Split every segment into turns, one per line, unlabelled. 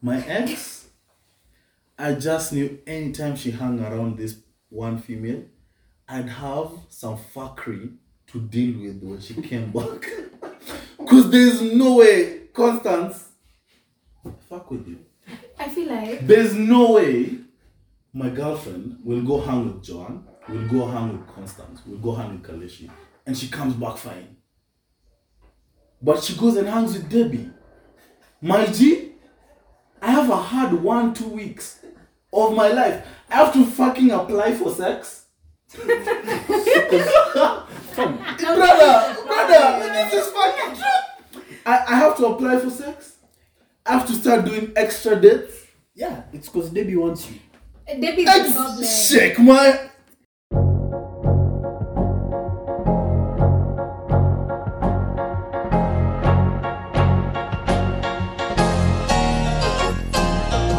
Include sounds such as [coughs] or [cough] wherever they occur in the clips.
My ex, I just knew anytime she hung around this one female, I'd have some fuckery to deal with when she came [laughs] back. Because there's no way, Constance, fuck with you.
I feel like
There's no way my girlfriend will go hang with Joanne, will go hang with Constance, will go hang with Kaleshi, and she comes back fine. But she goes and hangs with Debbie. My G, I have a hard one, two weeks of my life. I have to fucking apply for sex. brother, brother, this is fucking true. I, I have to apply for sex. I have to start doing extra dates.
Yeah, it's because Debbie wants you.
Debbie's
Ex-
the problem.
Shake my.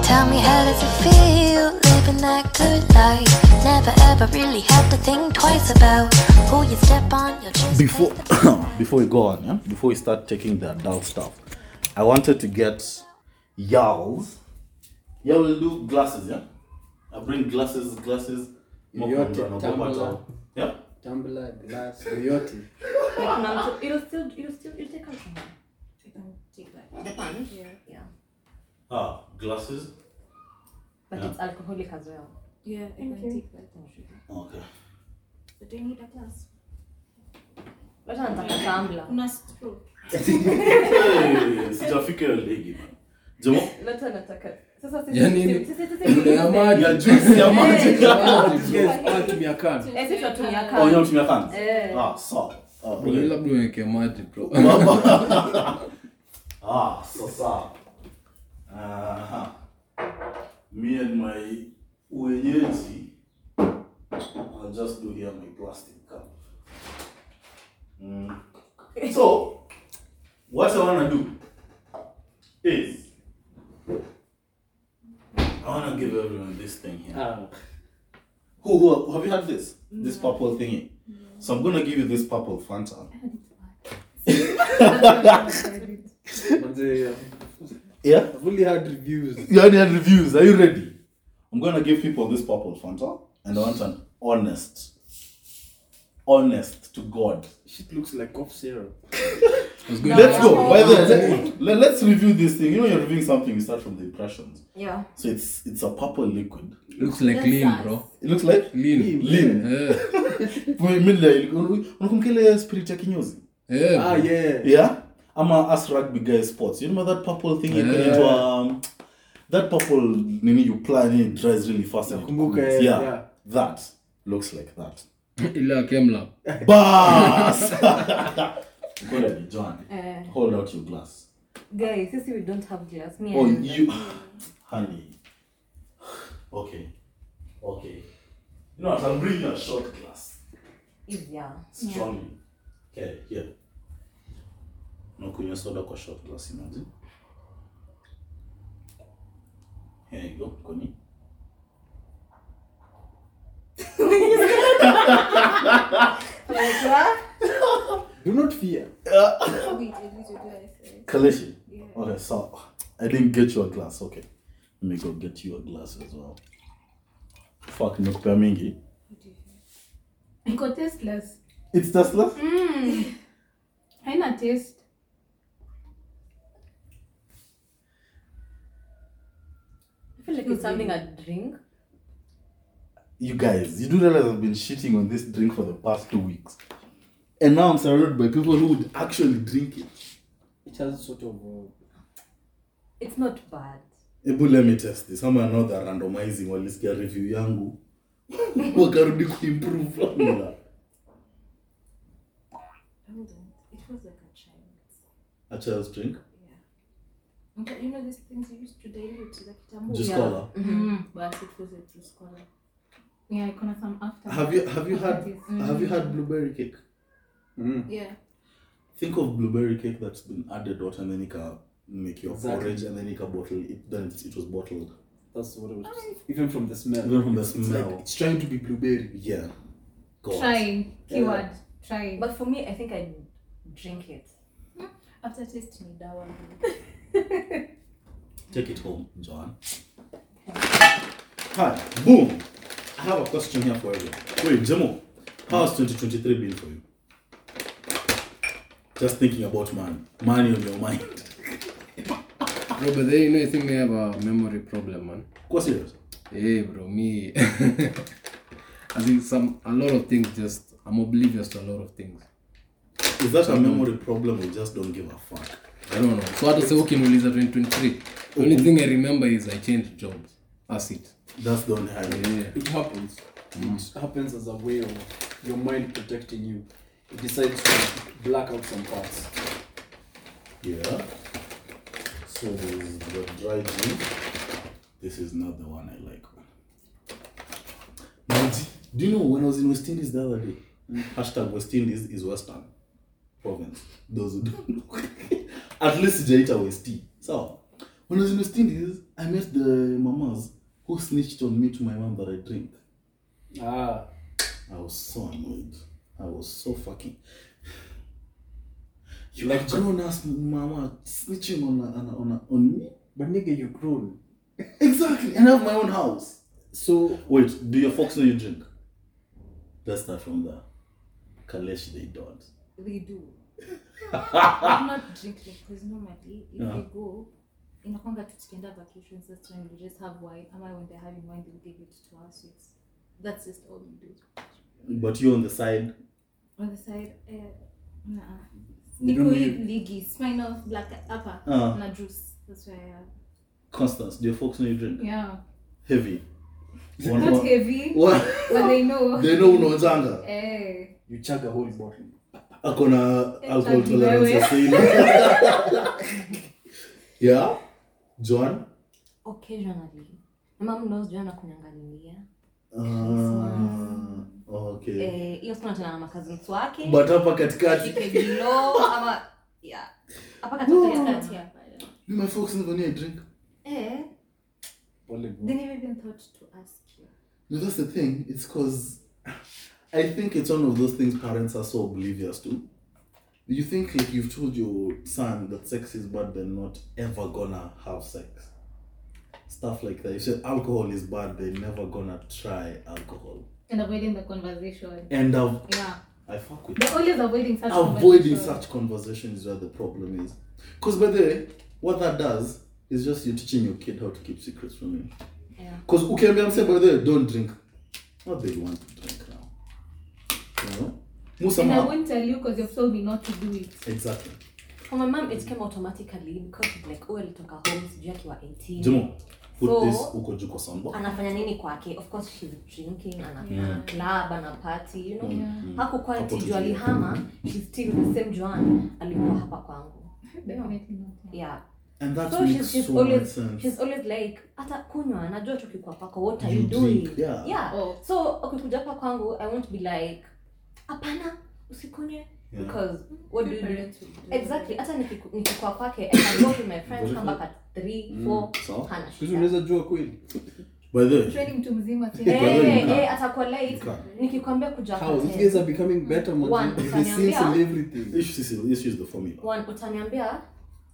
Tell me how does it feel living that good life? Never ever really had to think twice about who you step on. You're just
Before [coughs] before we go on, yeah? before we start taking the adult stuff, I wanted to get y'all's. Y'all will do glasses, yeah. I bring glasses, glasses. mock
Yote,
and run,
tumbler.
Obata. Yeah.
Tumbler, [laughs] glass, yoyote.
It'll still, it'll still, it'll take out some. Take that.
The punch.
Yeah. Yeah.
Ah, glasses.
But
Yeah.
it's alcoholic as well.
Yeah,
If I
thank you.
take that, then sugar.
Okay. [laughs]
But do you need a glass?
Wacha nataka tumbler.
Kuna stroke.
Hey, sijafika hiyo legi man. Jamaa,
[laughs]
Wacha nataka- sasa sisi-
Yaani
sisi-
ni-
sisi- sisi-
Ndio ya maji.
ya
[laughs]
juice ya maji.
Ah, this guy's out mia kani.
Eh, sisi tunatumia
[laughs] Oh,
kama.
unatumia fans?
Eh.
Ah, sawa. Ah,
Bro,
okay.
labda uweke maji bro.
Ah, sasa. Aha. Me and my wenyeji, I'll just do here my plastic cup. Mm. So, what I wanna do is, I wanna give everyone this thing here. Who, who, have you had this? This purple thingy. So I'm gonna give you this purple Fanta.
Manze,
Yeah.
I've only had reviews.
You already had reviews. Are you ready? I'm gonna give people this purple Fanta, and I want an honest, honest to God.
Shit looks like cough syrup.
Let's go. By the, let, let, let's review this thing. You know, you're reviewing something. You start from the impressions.
Yeah.
So it's it's a purple liquid.
Looks like lean, bro.
It looks like
Lean.
lean.
Yeah.
Midline. Unakumbuka ile spirit ya kinyozi?
Yeah.
Ah,
Ah, yeah.
Yeah. I'm a us rugby guy sports. You remember that purple thing you put
Yeah.
into um, that purple nini you plan and it dries really fast. and it
Nakumbuka,
cools. yeah.
yeah, yeah.
That looks like that.
Ile ya Kemla.
Bas! Go to John.
Eh,
Hold out your glass.
guys, sisi we don't have glass. Me, I
Oh,
have
you. Honey. Okay. Okay. You know what? I'm bringing a short glass.
that. Is- yeah.
Strongly. Okay, here. Unakunywa soda kwa short glass, imagine. Here you go, Kuni.
Do not fear.
Wait, at least you do it.
Kaleshi. Okay, so I didn't get you a glass. Okay, let me go get you a glass as well. Fuck, nimekupea mingi.
Niko tasteless.
It's Tesla.
Haina taste.
I feel like it's something I drink.
You guys, you do realize I've been shitting on this drink for the past two weeks, and now I'm surrounded by people who would actually drink it.
It has sort of uh,
It's not bad.
Ebu, let me test this. Somehow I know that randomizing walisikia review yangu [laughs] wakarudi kuimprove.
Hold on. It was like a child.
A child's drink,
Okay, you know these things you used to dilute the kitambo?
just
Yeah.
color.
Mm.
But it was a juice cola.
Yeah, iko na some after.
Have you have you had
Mm-hmm.
Mm. have you had blueberry cake?
mm,
Yeah.
Think of blueberry cake that's been added water and then you can make your
Exactly.
porridge and then you can bottle it. Then it, it was bottled.
that's what it was. Even from the smell.
Even from the
It's
smell.
Like, it's trying to be blueberry.
Yeah. God.
Trying. Keyword. Trying.
But for me, I think I drink it.
After taste, ni dawa.
Take it home, John. Hi, boom. I have a question here for you. Wait, Jemo, how has 2023 been for you? Just thinking about money, money on your mind.
No, but then you know, I think I have a memory problem, man.
What's serious?
Hey, bro, me. I think some a lot of things just I'm oblivious to a lot of things.
Is that a memory problem or you just don't give a fuck?
I don't know. So hata sasa ukiniuliza 2023, the only thing I remember is I changed jobs. That's it.
That's the only high.
Yeah.
It happens. It happens as a way of your mind protecting you. It decides to black out some parts.
Yeah. So this is the dry gin. This is not the one I like. Now, d- do you know when I was in West Indies the other day? Hashtag West Indies is Western province. Those who don't know. [laughs] At least Jaita West Tea. So, when I was in West Indies, I met the mamas who snitched on me to my mom that I drink.
Ah,
I was so annoyed. I was so fucking. You
Like-
like grown ass mama snitching on a, on a, on, a, on me?
but nigga, you're grown.
Exactly, and I have my own house.
So
Wait, do your folks know you drink? Let's start from there. Kalesh, they don't.
They do.
[laughs]
I'm not drinking because normally if
Yeah.
we go in a conga to spend our vacations, that's when we just have wine. And when they're having wine, they'll give it to us. It's, that's just all we do.
But you on the side,
On the side, uh, nah.
You don't
Nikoi, Ligi, Smirnoff, Black Upper,
Ah.
na juice. That's where I am.
Constance, do your folks know you drink?
yeah
Heavy. One,
not
one-
heavy
What?
but they know
They know unaonzanga.
eh
you chug a whole bottle.
Akona alcohol
Exactly,
tolerance ya
wewe.
[laughs] same. Yeah? John?
occasionally my mom knows juu anakunyangalilia
Ah, okay.
Eh, hiyo siku natana na cousins wake
but hapa katikati
ikebilo ama yeah hapa katikati ya
you my folks never need a drink
Eh,
Only
they never even thought to ask you.
no that's the thing it's because i think it's one of those things parents are so oblivious to you think like you've told your son that sex is bad they're not ever gonna have sex stuff like that you said alcohol is bad they're never gonna try alcohol
and avoiding the conversation
and i've
yeah
i fuck with
they're always avoiding such
avoiding
conversation.
such conversations is where the problem is. Because by the way, what that does is just you're teaching your kid how to keep secrets from you. Because yeah. okay, I'm saying by the way, don't drink. What they want to drink now, you know? Musa
and i
ma-
won't tell you because you've told me not to do it
exactly.
for my mom it came automatically because like huyu alitoka home sijui akiwa 18
Jimo, put
So-
this uko juu kwa soundboard.
anafanya nini kwake of course she's drinking ana club ana party you know
Mm.
hakukuwa
Hapo
ati
tu
juu alihama she's still the same Joan alikuwa hapa kwangu
definitely not
yeah
And that
so
makes
she's, she's
so much
always
sense.
she's always like hata kunywa najua tukikuwa pako what are
You
you,
drink,
doing
yeah.
Oh.
so ukikuja hapa kwangu i won't be like hapana usikunywe
Yeah.
because what do you do
Mm, Parents will do.
exactly hata nikiku- nikikuwa kwake i can walk with my friends come back at 3 4
So?
hana
Because
shida
Mm. unaweza jua kweli.
By the way,
training
[laughs]
mtu mzima tena.
By the way,
Eh,
you
eh,
can.
atakuwa late
You can.
nikikwambia kuja
How
kwa
you
ten.
guys are becoming better man.
One,
The
utaniambia?
sins and everything.
this is, this is the formula.
One, utaniambia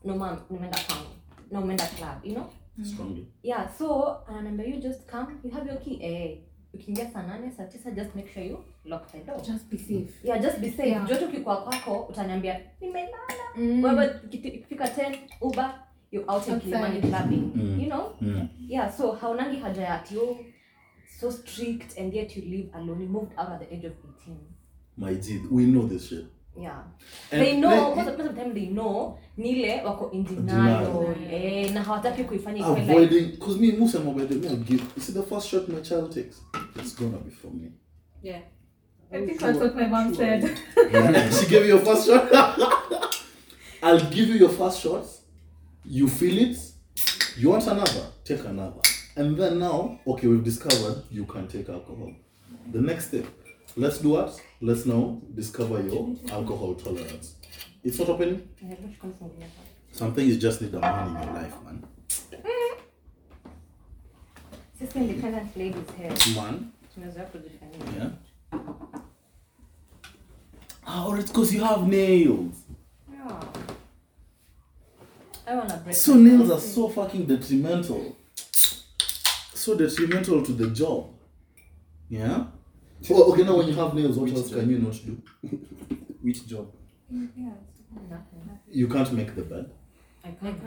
no mam nimeenda kwangu na umeenda club you know
Strongly.
yeah so ananiambia you just come you have your key eh ukiingia saa nane saa tisa just make sure you lock the door
just be safe
yeah just be safe
Yeah.
yeah. joto kikuwa kwako utaniambia nimelala
Mm.
wewe ikiti- ikifika 10 uber you out in
Outside.
Kilimani clubbing
Mm.
you know
Mm.
yeah so haunangi haja ya ati oh, so strict and yet you live alone you moved out at the age of 18
My G, we know this shit.
yeah
And
they know
they-
most of, most of the time they know ni ile wako in
Denial.
denial eh, na hawataki kuifanya ikuwe like
avoiding because me Musa my brother me I give you see the first shot my child takes it's gonna be from me [laughs]
Yeah.
I think that's what my mom said.
she gave you your first shot [laughs] I'll give you your first shot you feel it you want another take another and then now okay we've discovered you can take alcohol the next step let's do what let's now discover your alcohol tolerance it's not opening
Eh, tunachukua mfunguo hapa.
something you just need a man in your life man
sisi independent ladies here
man
tumezoea kujifanyia
Yeah. Oh, it's because you have nails.
Yeah. I want a break
So nails are so fucking detrimental. So detrimental to the job. Yeah? Well, okay, now when you have nails, what else can you not do? [laughs] Which job?
nothing.
You can't make the bed.
I can't.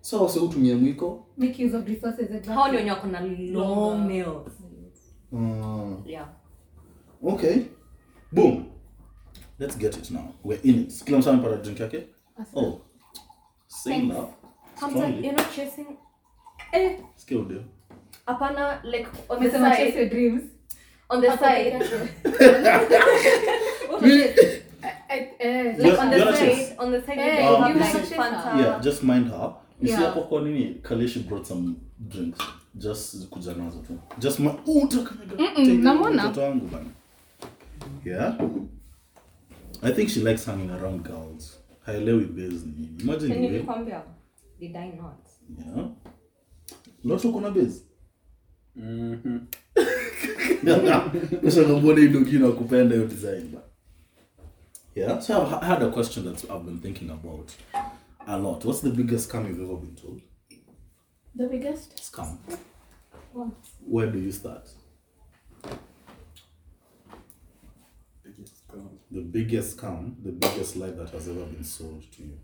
So also utumie mwiko.
Make use of resources exactly.
Hao ndio wenye wako na long nails.
Uh,
Yeah.
okay. Boom. Let's get it now. We're in it. Kila mtu amepata drink yake? Oh. Sing now.
Sometimes you're not chasing
Eh,
Skill deal.
hapana like on the
umesema chase
side
your dreams.
on the side [laughs]
Eh, eh,
Yes,
like on the
yes.
side on the side
Hey,
you
Um,
have
you
like
see-
Fanta
yeah, just mind her. You see
Yeah.
hapo kwa nini Kalishi brought some drinks. Just kuja nazo tu. Just ma oh utakaga.
namwona.
Mtoto wangu bana. Yeah. I think she likes hanging around girls. Haelewi base ni nini. Imagine
Can you
wewe.
kwambia? Did I not?
Yeah. Lotu kuna base.
Mm-hmm.
[laughs] Sasa ngombe ndio kina kupenda hiyo design bana. Yeah. So I've had a question that I've been thinking about a lot. What's the biggest scam you've ever been told?
The biggest.
Scam. Where do you start? The biggest scam, the biggest lie that has ever been sold to you.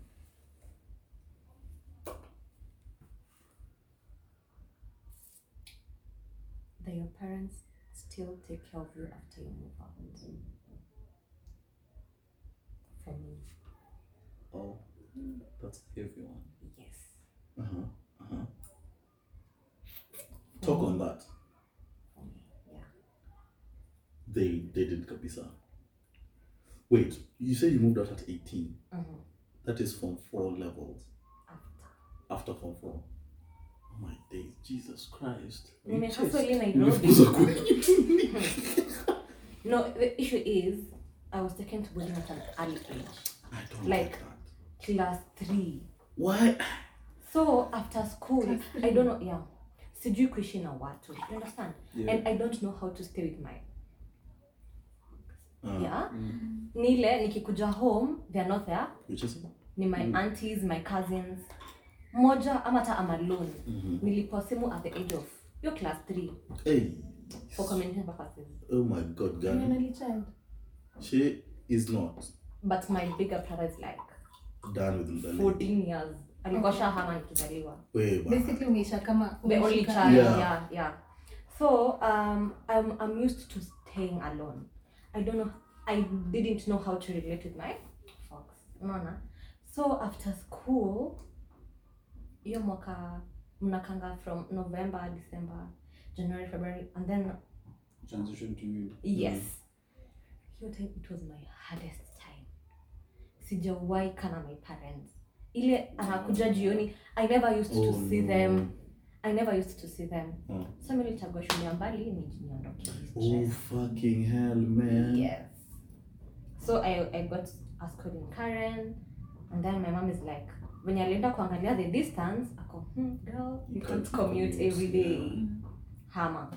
That your parents still take care of you after you move out. For me,
Oh, that's everyone.
yes.
Uh huh. Uh huh. Talk on that.
For me, yeah.
They they did kabisa. Wait, you say you moved out at eighteen.
Mhm.
That is from four levels
After.
after form four. Oh my days, Jesus Christ!
Nimehustle
[laughs]
in Nairobi.
Nimefukuzwa kwenye.
[laughs] No, the issue is I was taken to bullying at an early age,
I don't like
Like-
that.
class three.
Why?
So after school, I don't know. Yeah, sijui kuishi na watu. You understand?
Yeah.
And I don't know how to stay with my
Uh,
yeah. Mm-hmm. Nile nikikuja home, they're not there.
Which is
Ni my aunties, my cousins. Moja ama hata I'm alone. Nilipwa simu at the age of your class 3
hey.
for communication purposes.
Oh my God,
You're an
Gani.
only child.
She is not
But my bigger brother is like
done with the
14 years. Alikuwa shahama nikizaliwa.
Way back.
Basically umeisha kama
the only
umeshika-
child
Yeah.
yeah. yeah yeah so um i'm i'm used to staying alone i don't know i didn't know how to relate with my fox unaona so after school hiyo mwaka mnakanga from november december january february and then
Transition to you.
yes
Mm.
hiyo time it was my hardest time sijawahi kana my parents ile anakuja jioni i never used
Oh,
to see
no.
them i never used to see them
Oh.
so mi nilichagua shule ya mbali nijiniondoke
Oh fucking hell, man.
yes so I, i got a school in karen and then my mom is like when alienda kuangalia the distance ako hmm, girl you can't commute every day hama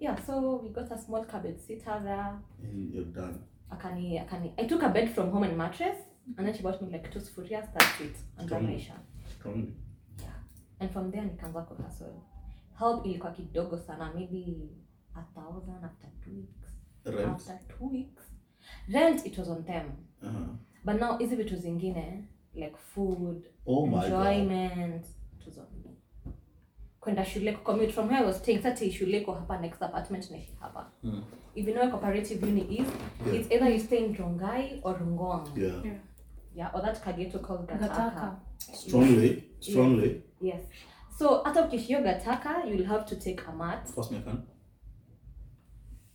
yeah so we got a small cupboard sitter there
And you're done.
akani akani i took a bed from home and mattress and then she bought me like two sufurias that's it and
Strong.
maisha
Strongly.
and from there nikaanza kuhasol help ilikuwa kidogo sana maybe a thousand after two weeks
Right.
after two weeks rent it was on them
Uh-huh.
but now hizi vitu zingine like food
Oh my god.
enjoyment it was on me kwenda shule kucommute from where I was staying sati shule iko hapa next apartment naishi hapa
Mm.
if you know where cooperative uni is
Yeah.
it's either you stay in Rongai or Ngong
Yeah.
yeah or that Kageto called Gataka,
Gataka.
Strongly. Strongly.
yes so hata ukiishio Gataka you'll have to take a mat
First me can.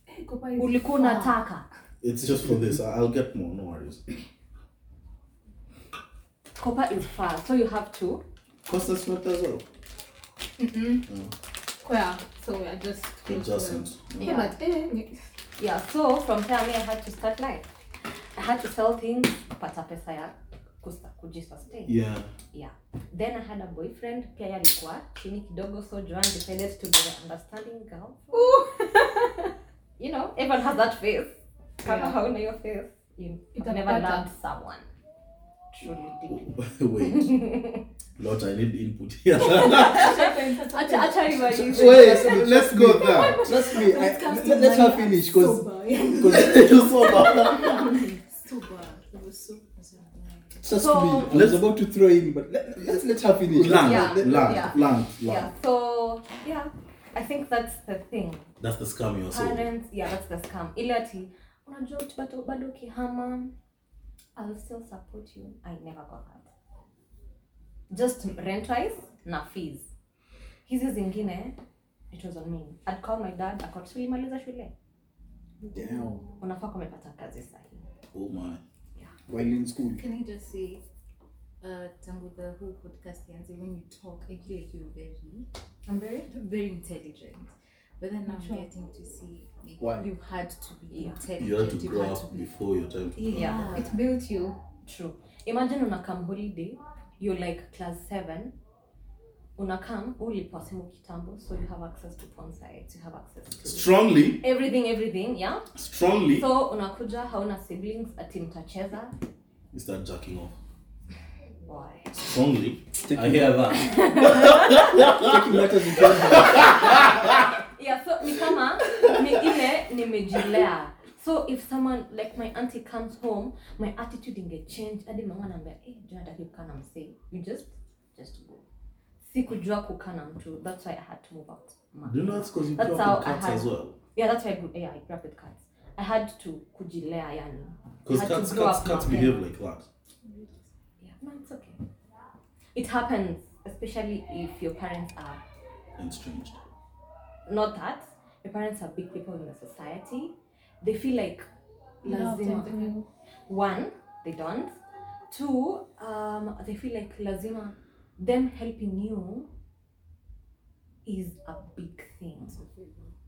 Eh, Kopa is
ulikuwa
far.
unataka
It's just for this. I- I'll get more. No worries.
Kopa is far so you have to
Cost us what as well.
ah.
Kwea, so we are just
Adjustment.
Yeah, but eh, ni-
yeah so from there me I had to start life I had to sell things kupata pesa ya kusta- kujisustain
Yeah. [laughs]
yeah then i had a boyfriend pia yeye alikuwa chini kidogo so joan decided to be an understanding girl [laughs] you know everyone has that face kama
Yeah.
hauna hiyo face you you've never
Itakupata.
loved someone truly deeply.
Wait. Lot, I need input here.
Acha acha nimalize.
Wait, let's go there. Trust me. I, let, let her finish because
You're so bad.
[laughs]
trust
So-
me. I was about to throw in, but let, let's let her finish.
Land,
Yeah,
land,
yeah.
land, land.
Yeah. So yeah, I think that's the thing.
That's the scam you're saying.
Parents, yeah, that's the scam. Ile ati unajua uti- bado bado ukihama I'll still support you. I never got that. Just rent wise na fees. Hizi zingine it was on me. I'd call my dad, akot so ulimaliza shule.
Damn.
Unafaa kuwa umepata kazi sahihi.
Oh my.
While in
[laughs]
school.
Can I just say, uh, tangu the whole podcast yanze, when you talk, I feel like you're very,
I'm very
very intelligent. But then I'm
Sure.
getting to see like,
Why?
you had to be intelligent.
You had to
you
grow
had
up
to be.
before your time to grow up.
Yeah.
It built you.
True. Imagine una come holiday, you're like class 7. Una come ulipwa simu kitambo, so you have access to porn sites, you have access to
Strongly,
everything everything, yeah?
strongly,
So unakuja hauna siblings ati mtacheza.
you start jacking off.
Why?
Strongly,
Take
I hear that.
Taking matters into your own hands.
Yeah, so ni kama ni ile nimejilea. So if someone like my auntie comes home, my attitude ingechange hadi mama anaambia, "Eh, jua nataka kukaa na msee." You just just go. Sikujua kukaa na mtu. That's why I had to move out.
Do you know that's because you
That's
grew
how
up with
I
cats
had-
as well?
Yeah, that's why I, grew, yeah, I grew up with cats. I had to kujilea yani. I
Because
had to
cats,
grow
cats,
up
cats
mapema.
behave like that.
Yeah, no, it's okay. It happens, especially if your parents are
And strange.
not that. Your parents are big people in the society. They feel like lazima. One, they don't. Two, um, they feel like lazima. Them helping you is a big thing.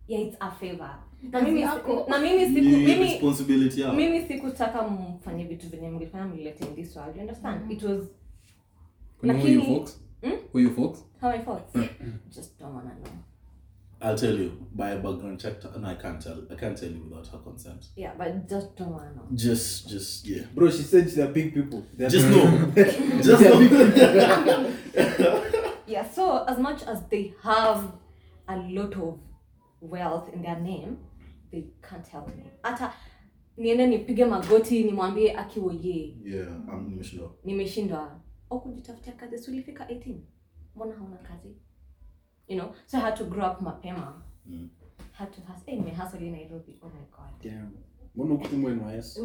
Yeah, it's a favor. Na
Kazi
mimi,
yako.
na mimi siku
Ni
mimi
responsibility yao.
mimi sikutaka mfanye vitu venye mlifanya mlilete in this world you understand
Mm-hmm.
it was
Kuna huyu
Lakini-
Fox? Huyu Fox?
how i thought just don't wanna know
I'll tell you by a background check. No, I can't tell. I can't tell you without her consent.
yeah but just don't wanna know
Just, just yeah.
Bro, she said they're big people. They're
Just know. just know.
yeah so as much as they have a lot of wealth in their name they can't help me hata niende nipige magoti nimwambie akiwoye
[laughs] yeah, I'm emotional.
nimeshindwa au kujitafutia kazi si ulifika 18 mbona hauna kazi you know so i had to grow up mapema
Mm.
had to hustle hey, nimehustle in nairobi oh my god
Damn. Mbona ukutumwa NYS?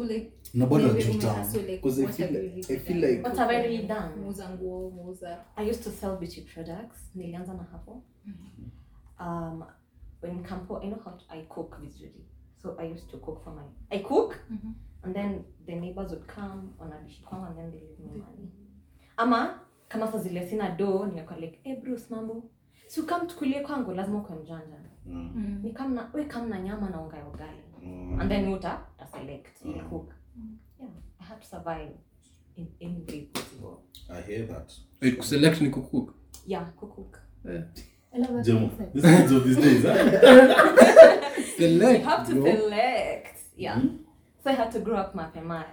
Na bado hatujataa.
Because I feel like- I feel like-
What have I really done?
muuza nguo muuza
I used to sell beauty products. Nilianza na hapo. Um, when Campo, I know how to, I cook visually. So I used to cook for my, I cook
Mhm.
and then the neighbors would come wanabishi kwangu and then they leave me money. Ama kama saa zile sina do, nimekuwa like, hey Bruce mambo. Si ukam tukulie kwangu, lazima uko mjanja.
Mm,
Ni kam na, we kam na nyama na unga ya ugali.
mm.
And then you uta, uta select, you
Mhm.
cook. Yeah, I had to survive in any way possible.
I hear that.
Wait, kuselect ni kucook.
Yeah, cook, cook.
Jemo, this is of these days. Huh?
Select,
you have to
bro.
select. Yeah.
Mhm.
So I had to grow up mapema.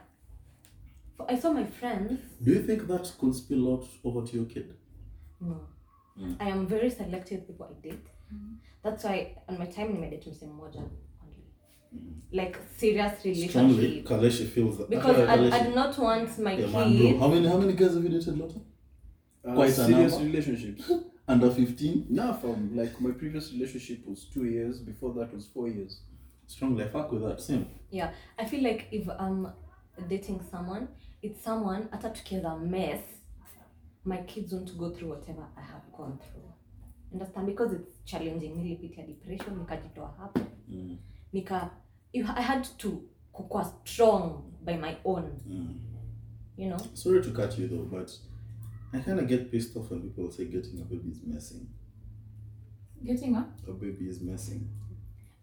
So I saw my friends.
Do you think that could spill out over to your kid?
No.
Mm.
I am very selective with people I date. That's why on my time I made it to msee mmoja only. Like serious
Hmm. Strongly,
relationship.
Kaleshi feels that.
Because
Kaleshi-
I I'd not want my
yeah, man, bro.
kid.
How many how many girls have you dated, Lotto?
Uh,
Quite a
serious
number.
[laughs]
relationships.
Under fifteen.
Nah, fam. Like my previous relationship was two years. Before that was four years.
Strongly, I fuck with that. Same.
Yeah. I feel like if I'm dating someone, it's someone hata tukiweza mess, my kids won't go through whatever I have gone through. Understand? Because it's challenging. Nilipitia depression, nikajitoa hapo.
Mm,
nika you, I had to kukua strong by my own,
mm.
you know.
Sorry to cut you though, but I kind of get pissed off when people say getting a baby is messing.
Getting up.
A baby is messing.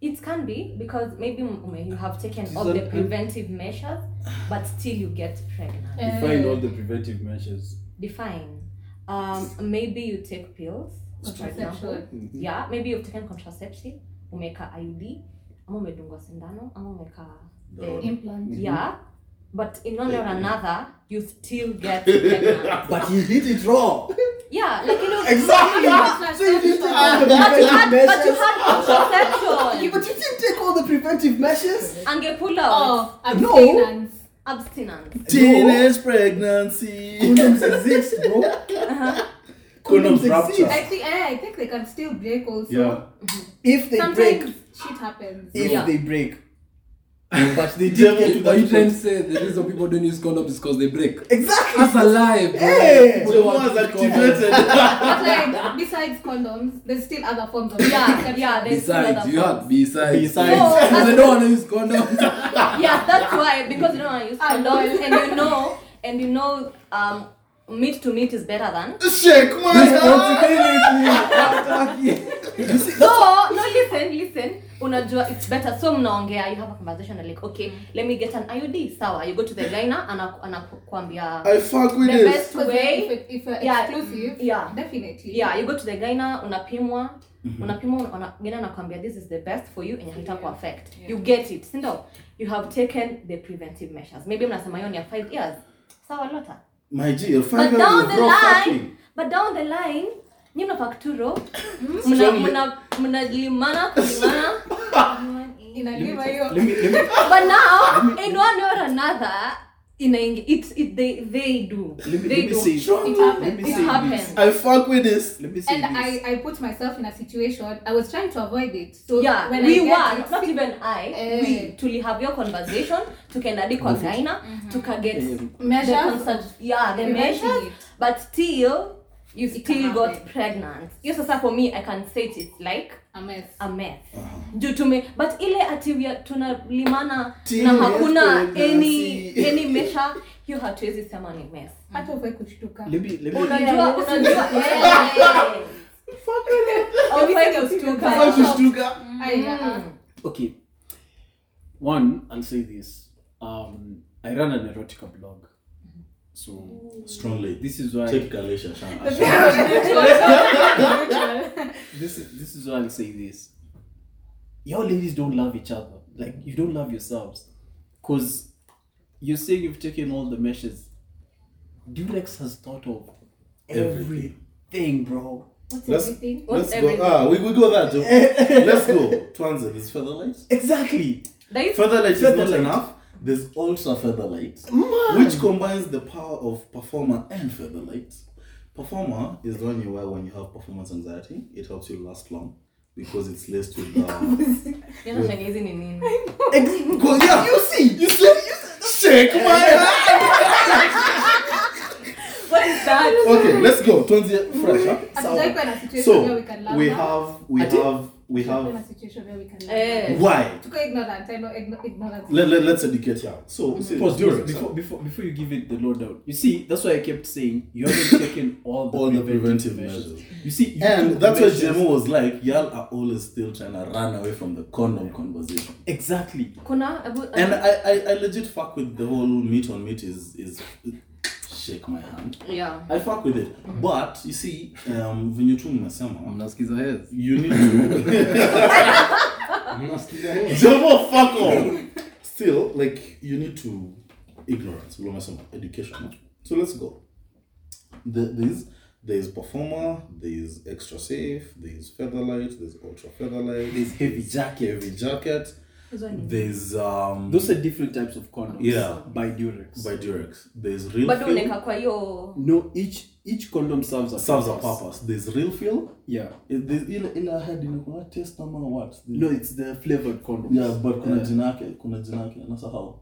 It can be because maybe mm, you have taken
Is
all
that-
the preventive measures, but still you get pregnant.
Eh.
Define all the preventive measures.
Define. Um, maybe you take pills, for example.
Contraception.
Yeah, maybe you've taken contraceptive, umeka IUD, ama umedungwa sindano, ama umeka
The-
[laughs]
Implant.
yeah, but in one way or another, you still get
[laughs]
pregnant.
But he did it raw. [laughs]
yeah, like you know,
[laughs]
Exactly.
But,
so you didn't take
Ah.
all the
but you had,
preventive
but you
measures.
had contraception.
But you didn't take all the preventive measures.
Angepula
Oh,
No.
abstinence.
abstinence.
Teenage pregnancy.
Condoms exist,
[laughs]
bro. Uh-huh.
Condoms
Condoms
rupture.
I think eh, I think they can still break also.
Yeah.
If they
Sometimes
break,
shit happens.
if
Yeah.
they break. But they did
Devil
get to
to
Are you
that
trying to
point.
say the reason people don't use condoms is because they break?
Exactly.
That's a lie, bro.
Hey!
People
The
don't
was
want to use condoms.
activated.
But like besides condoms, there's still other forms of
Yeah, yeah. There's still
Besides,
other
you
forms.
had besides.
Besides.
No,
Because
that's-
they don't want to use
[laughs]
condoms.
yeah, that's why because you know I use
I know.
condoms and you know and you know um meat to meat is better than
Shake my hand.
Responsibility.
so no listen listen unajua it's better so mnaongea you have a conversation and like okay let me get an iud sawa you go to the liner anakuambia
I fuck with
the
this.
best
Because if,
way
it- if you're
Yeah.
exclusive,
yeah
definitely.
yeah you go to the gyna unapimwa unapimwa una- gyna anakwambia this is the best for you and haitaku affect you get it sindo you have taken the preventive measures maybe mnasema hiyo ni ya five years sawa lota
My G, your
but
finger
down
is
the
raw
line
fucking.
but down the line nyi mna fakturo mna-
Strongly.
mna- mnalimana kulimana
Inaliva hiyo.
Let me, let me,
but now [laughs] in one way or another inaingi it's it, they they do
let
they
me, let me
do
say
It
Let me
happens.
say
it
Yeah.
happens
I fuck with this.
Let me say
And
this.
I, I put myself in a situation I was trying to avoid it. So
yeah
when
we
I
were
get it,
not even i
Eh. Mm-hmm.
we tulihave your conversation tukaendadi kwa gaina tukaget
Eh.
the
measures
consult- yeah the
preventing
measures
it.
but still you
It
still
can
got
happen.
pregnant hiyo sasa for me i can say it is like
a mess.
a mess juu tume but ile ati we are- tunalimana na
Teenage
hakuna any
pregnancy.
any measure hiyo hatuwezi sema ni mess
Hata ufai kushtuka.
let me, let
Oh,
me.
unajua unajua eh. yeah. Hufai kushtuka.
Fuck with sugar.
Aya, ah.
okay one i'll say this um i run an erotica blog so
Strongly.
this is why
Check Galatia,
Mm. [laughs]
Shana.
this is this is why i'll say this y'all ladies don't love each other like you don't love yourselves because you say you've taken all the measures durex has thought of
Everything.
everything bro
What's
Let's-
everything?
What's
Let's go.
everything?
Ah, we, we go that. Joe.
[laughs]
Let's go. Twanza, there's feather light.
exactly
There is
Feather light is
Feather
not
light.
enough. There's also feather light, which combines the power of performer and feather light. Performer is the one you wear when you have performance anxiety. It helps you last long because it's laced with. Uh,
Neno shangazi ni [laughs] nini?
[laughs] because, yeah, you see, you see, you see. Shake my hand.
What is that?
Okay, let's go. Twanza, fresh. Huh?
Hatujai
Sawa.
kuwa na situation where we can
So
love
we
now.
have, we
Ati?
have, we
Kuwa na
have.
situation where we can love now.
Eh.
Why?
Tuko ignorant, I know igno- ignorance.
Let, let, let's educate her. So, see,
Pause,
Durex,
pause,
huh?
before, before, before you give it the lowdown. You see, that's why I kept saying you haven't [laughs] taken all the,
All the
preventive,
preventive
measures.
measures.
You see, you
And
took
that's why
measures-
Jemo was like, y'all are always still trying to run away from the condom conversation.
Exactly.
Kuna abu-
And I, I, I legit fuck with the whole meat on meat is is shake my hand.
Yeah.
I fuck with it. But you see, um Vinyutum Masema,
Mnasikiza hezi.
you need to
Mnasikiza hiyo?
Jemo fuck off. Still, like you need to ignorance, Ulo Masema, education. So let's go. The, there's there's performer, there's extra safe, there's featherlight, there's ultra featherlight,
There's heavy jacket.
heavy jacket. There's um
Those are different types of condoms.
Yeah.
By Durex.
by Durex. There's real
Bado
feel.
unaeka kwa hiyo
no, each each condom serves a
Serves a
purpose.
purpose. There's real feel.
Yeah.
It- There's ila ila head in kuna taste ama what?
No, it's the flavored condoms.
Yeah, but kuna jina yake, kuna jina yake. Nasahau.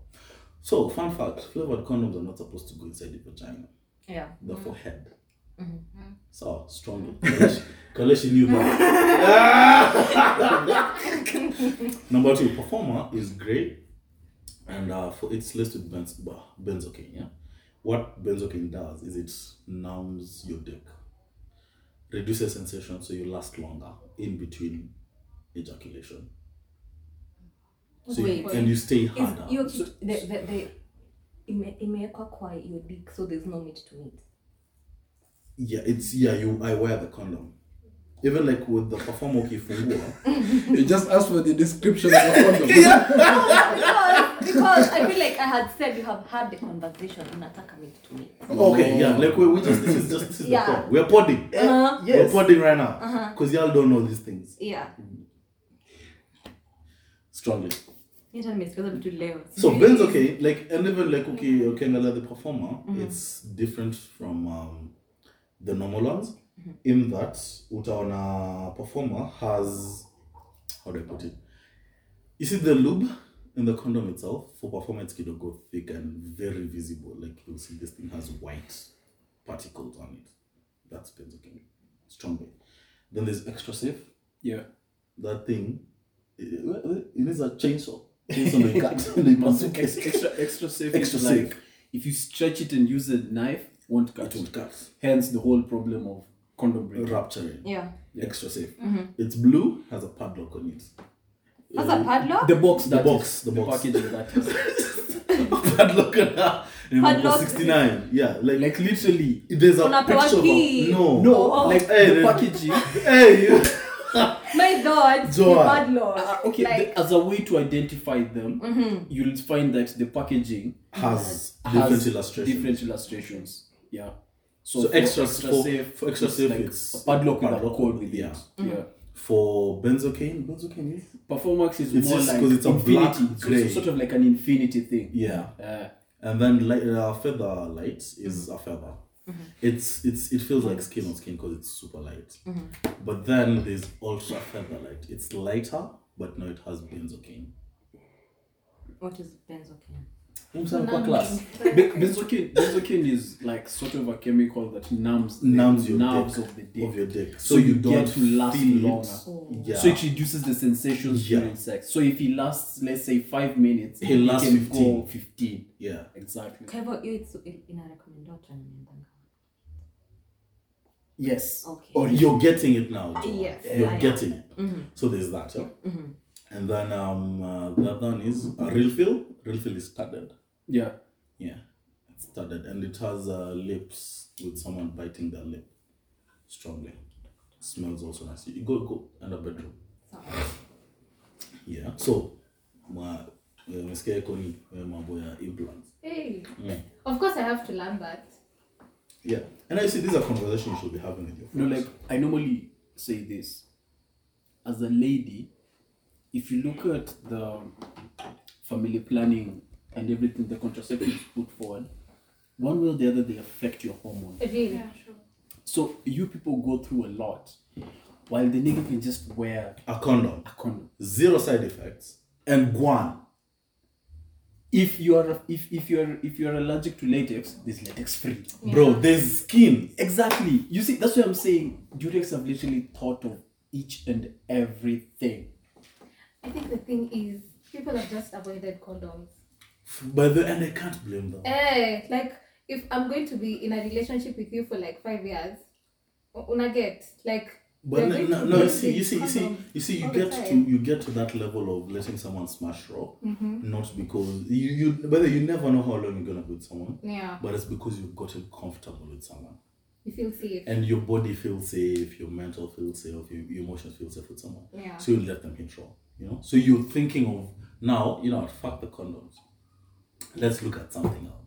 So, fun fact, flavored condoms are not supposed to go inside the vagina.
Yeah.
The forehead.
Mm-hmm.
So, strongly.
[laughs]
Kaleshi, Kaleshi knew that. Number two, performer is great, and uh, for it's listed benz, bah, benzocaine. Yeah, what benzocaine does is it numbs your dick, reduces sensation, so you last longer in between ejaculation. So you-
Wait.
and you stay
Is
harder.
hiyo kitu- the the the ime- imewekwa kwa hiyo dick so there's no meat to it.
Yeah, it's yeah. You I wear the condom. even like with the performer [laughs] ukifungua
You just ask for the description of the
[laughs]
[laughs]
condom.
because, because I feel like I had said you have had the conversation unataka me to me.
okay yeah like we, we just this is just this is
Yeah.
the pod. we're podding
Uh-huh.
Yes.
we're podding right now because y'all don't know these things
Yeah.
strongly
Yet nimesikiza vitu leo.
so
Sijui.
Ben's okay like and even like okay okay Ngala, the performer it's different from um, the normal ones in that utaona performer has how do I put it you see the lube in the condom itself for performer it's gonna go thick and very visible like you'll see this thing has white particles on it that's Ben's okay strong Ben. then there's extra safe
Yeah.
that thing it, it it is a chainsaw chainsaw na ikat- na ipasuke.
extra extra safe.
Extra
is
safe.
Like, if you stretch it and use a knife, won't cut.
it would cut
Hence the whole problem of condom breaking.
rupturing
Yeah.
extra safe
Mm-hmm.
it's blue has a padlock on it [laughs]
As a padlock?
The box that
box,
is-
the box.
packaging
[laughs]
that is.
padlock on her and
Padlock.
69 yeah like,
like literally.
there's a
Unapewa
picture of
key.
a, no
No,
Oh, oh.
like
Hey,
the
then-
packaging. uh,
hey you-
My God,
Joy.
the padlock.
Uh, okay,
Like, Mm-hmm.
the- as a way to identify them, you'll find that the packaging
has
has
different illustrations
Different illustrations. Yeah.
So
for
extra- for- for extra
it's
safe,
like
it's
a padlock with a
padlock.
code with
Yeah.
it.
Mm.
Yeah.
for benzocaine benzocaine is
Performance is
It's
more
just
like
'cause it's a
infinity.
black
So it's
grey.
sort of like an infinity thing.
yeah
Uh,
and then light, uh, feather light is
Mm-hmm.
a feather. It's it's it feels like skin on skin because it's super light.
Mm-hmm.
But then there's ultra feather light. It's lighter, but now it has benzocaine.
what is benzocaine?
Himself kwa class
Be- Benzocaine, benzocaine is like sort of a chemical that numbs the
numbs your
nerves
dick,
of the dick.
of your dick,
So you get to last
feel
longer.
It. Yeah.
So it reduces the sensations
Yeah.
during sex. So if he lasts, let's say five minutes,
He lasts
can
15.
go fifteen.
yeah.
Exactly.
Kwa hivyo hiyo it's inarekomendiwa tena nimeambiwa.
Yes.
Okay.
Or you're getting it now. Joa.
Yes,
You're
I am.
getting it.
Mm-hmm.
So there's that. Yeah? And then um uh, the other one is a real feel. Real feel is studded.
Yeah.
Yeah, it's studded and it has uh, lips with someone biting their lip strongly. Smells also nice. You go go and a bedroom. Yeah. So, ma, umesikia iko ni eh, mambo ya implants.
Hey. Of course, I have to learn that.
Yeah. And I see these are conversations you should be having with your
No,
friends.
like I normally say this. As a lady, if you look at the family planning and everything the contraceptives put forward, one way or the other they affect your hormones.
Really?
So you people go through a lot. While the nigga can just wear
a condom,
a condom.
zero side effects, and guan.
If you are if, if you're if you're allergic to latex, there's latex free.
Bro, there's skin.
Exactly. You see, that's what I'm saying. Durex have literally thought of each and everything.
I think the thing is, people have just avoided condoms.
By the end, I can't blame them.
Eh, like if I'm going to be in a relationship with you for like five years, u- una get like.
But
they're
no, no,
going
no,
to
you see, you see, you
use
see,
condoms
you see, you
all the
get to
time.
you get to that level of letting someone smash raw,
Mm-hmm.
not because you you whether you never know how long you're gonna be with someone,
Yeah,
but it's because you've gotten comfortable with someone
you feel safe.
and your body feels safe, your mental feels safe, your, your emotions feel safe with someone.
Yeah.
So you let them hit raw, you know. So you're thinking of now, you know, what, fuck the condoms. Let's look at something else.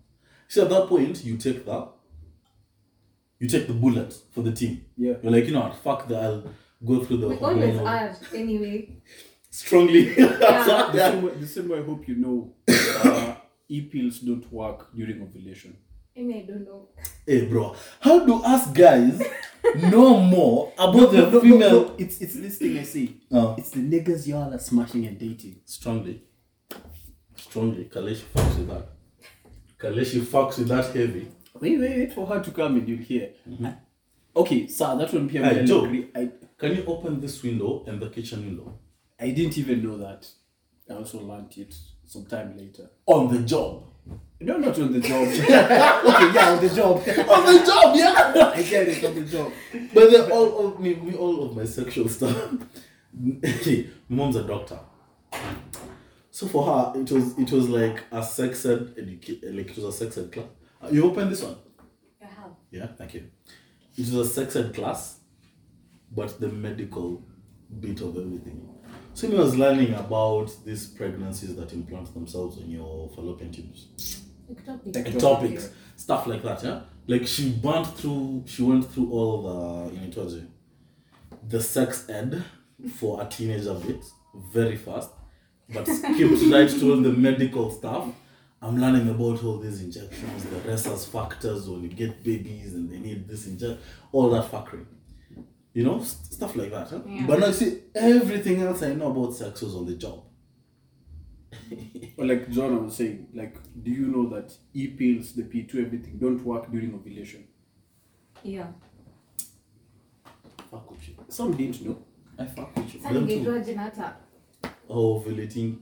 So at that point, you take that, you take the bullet for the team.
Yeah.
You're like, you know, what, fuck that. I'll go through the
We always
hormonal-
are anyway. [laughs]
strongly. [laughs]
Yeah.
the, same way, the same way I hope you [laughs] know uh, e pills don't work during ovulation.
I mean, I don't know.
hey, bro, how do us guys [laughs] know more about the
no,
female
no, it's it's this thing I see.
Oh.
It's the niggas y'all are smashing and dating.
strongly? Strongly, Kaleshi fucks with that. Kaleshi fucks with that heavy.
Wait, wait, wait for her to come and you'll hear.
Mm-hmm.
Okay, sir, that one here.
Hey,
I,
Joe.
agree. I
Can you open this window and the kitchen window
I didn't even know that. I also learned it sometime later.
on the job?
No, not on the
[laughs]
job. okay, yeah, on the job.
[laughs] On the job, yeah.
I get it on the job.
but then all of me, me, all of my sexual stuff. [laughs] my mom's a doctor. So for her, it was it was like a sex ed educa- like it was a sex ed class. Uh, You open this one.
I have.
Yeah, thank you. It was a sex ed class, but the medical bit of everything. So I was learning about these pregnancies that implant themselves in your fallopian tubes.
Ectopic.
Ectopics, topics, stuff like that, yeah? Like she burnt through she went through all the in it was the sex ed for a teenager bit very fast, but skipped [laughs] right to all the medical stuff. I'm learning about all these injections, the rhesus factors when you get babies and they need this injection, all that fuckery. You know, st- stuff like that. Huh?
Yeah.
But now you see, everything else I know about sex was on the job.
But like John was saying, like, do you know that E pills, the P two, everything don't work during ovulation?
Yeah.
Fuck with you. Some didn't know. I fuck with you.
Sasa ningejua jina hata
Oh, ovulating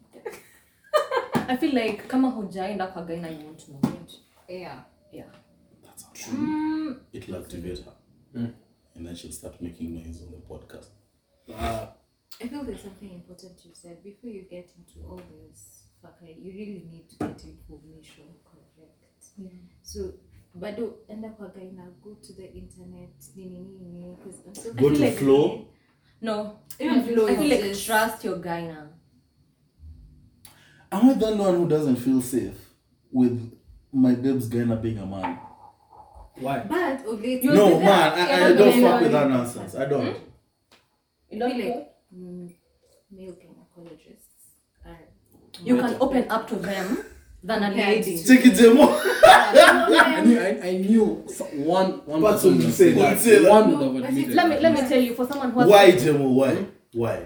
I feel like kama hujaenda kwa gaina you won't know.
yeah.
That's how It'll activate her.
Mm.
And then she'll start making noise on the podcast.
I feel there's something important you said. Before you get into all this fucker, you really need to get information correct.
Yeah.
So bado enda kwa gaina go to the internet nini nini because I'm so
Go
I feel
to
like-
Flow.
No.
Even
I feel-
though
I feel
it's
like
just-
trust your gaina.
Am I the one who doesn't feel safe with my babe's gonna being a man?
Why?
But obviously
No, man, I, I
you're
don't
not
fuck with
gonna-
that nonsense. I don't.
You
I
don't
feel
know.
like mm, male gynecologists are
You can open up to them than a
Yeah.
lady.
Take it, Demo.
I knew, I, I knew so- one one person would say that.
Say that.
One would have
Let
admitted.
Let me let me tell you for someone who has
Why, Demo? Why? Why?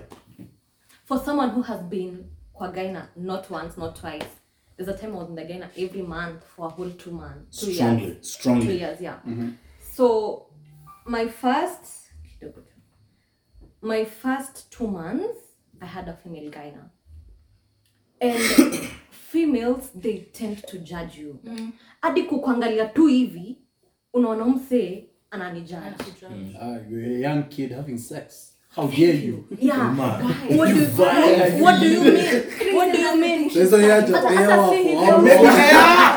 for someone who has been kwa gaina not once, not twice. There's a time I was in the gaina every month for a whole two months, two years.
Strongly.
two
Strongly.
years, yeah. So my first my first two months I had a female gyna. And [coughs] females they tend to judge you. Hadi kukuangalia tu hivi unaona mse ananijudge.
Ah, you're a young kid having sex. How dare you?
[laughs] Yeah.
Man.
What do you,
vile.
what do you mean? What do you mean?
Sasa yeye
Hata- hata
atapewa
si
for
hivyo.
how
Maybe-
long?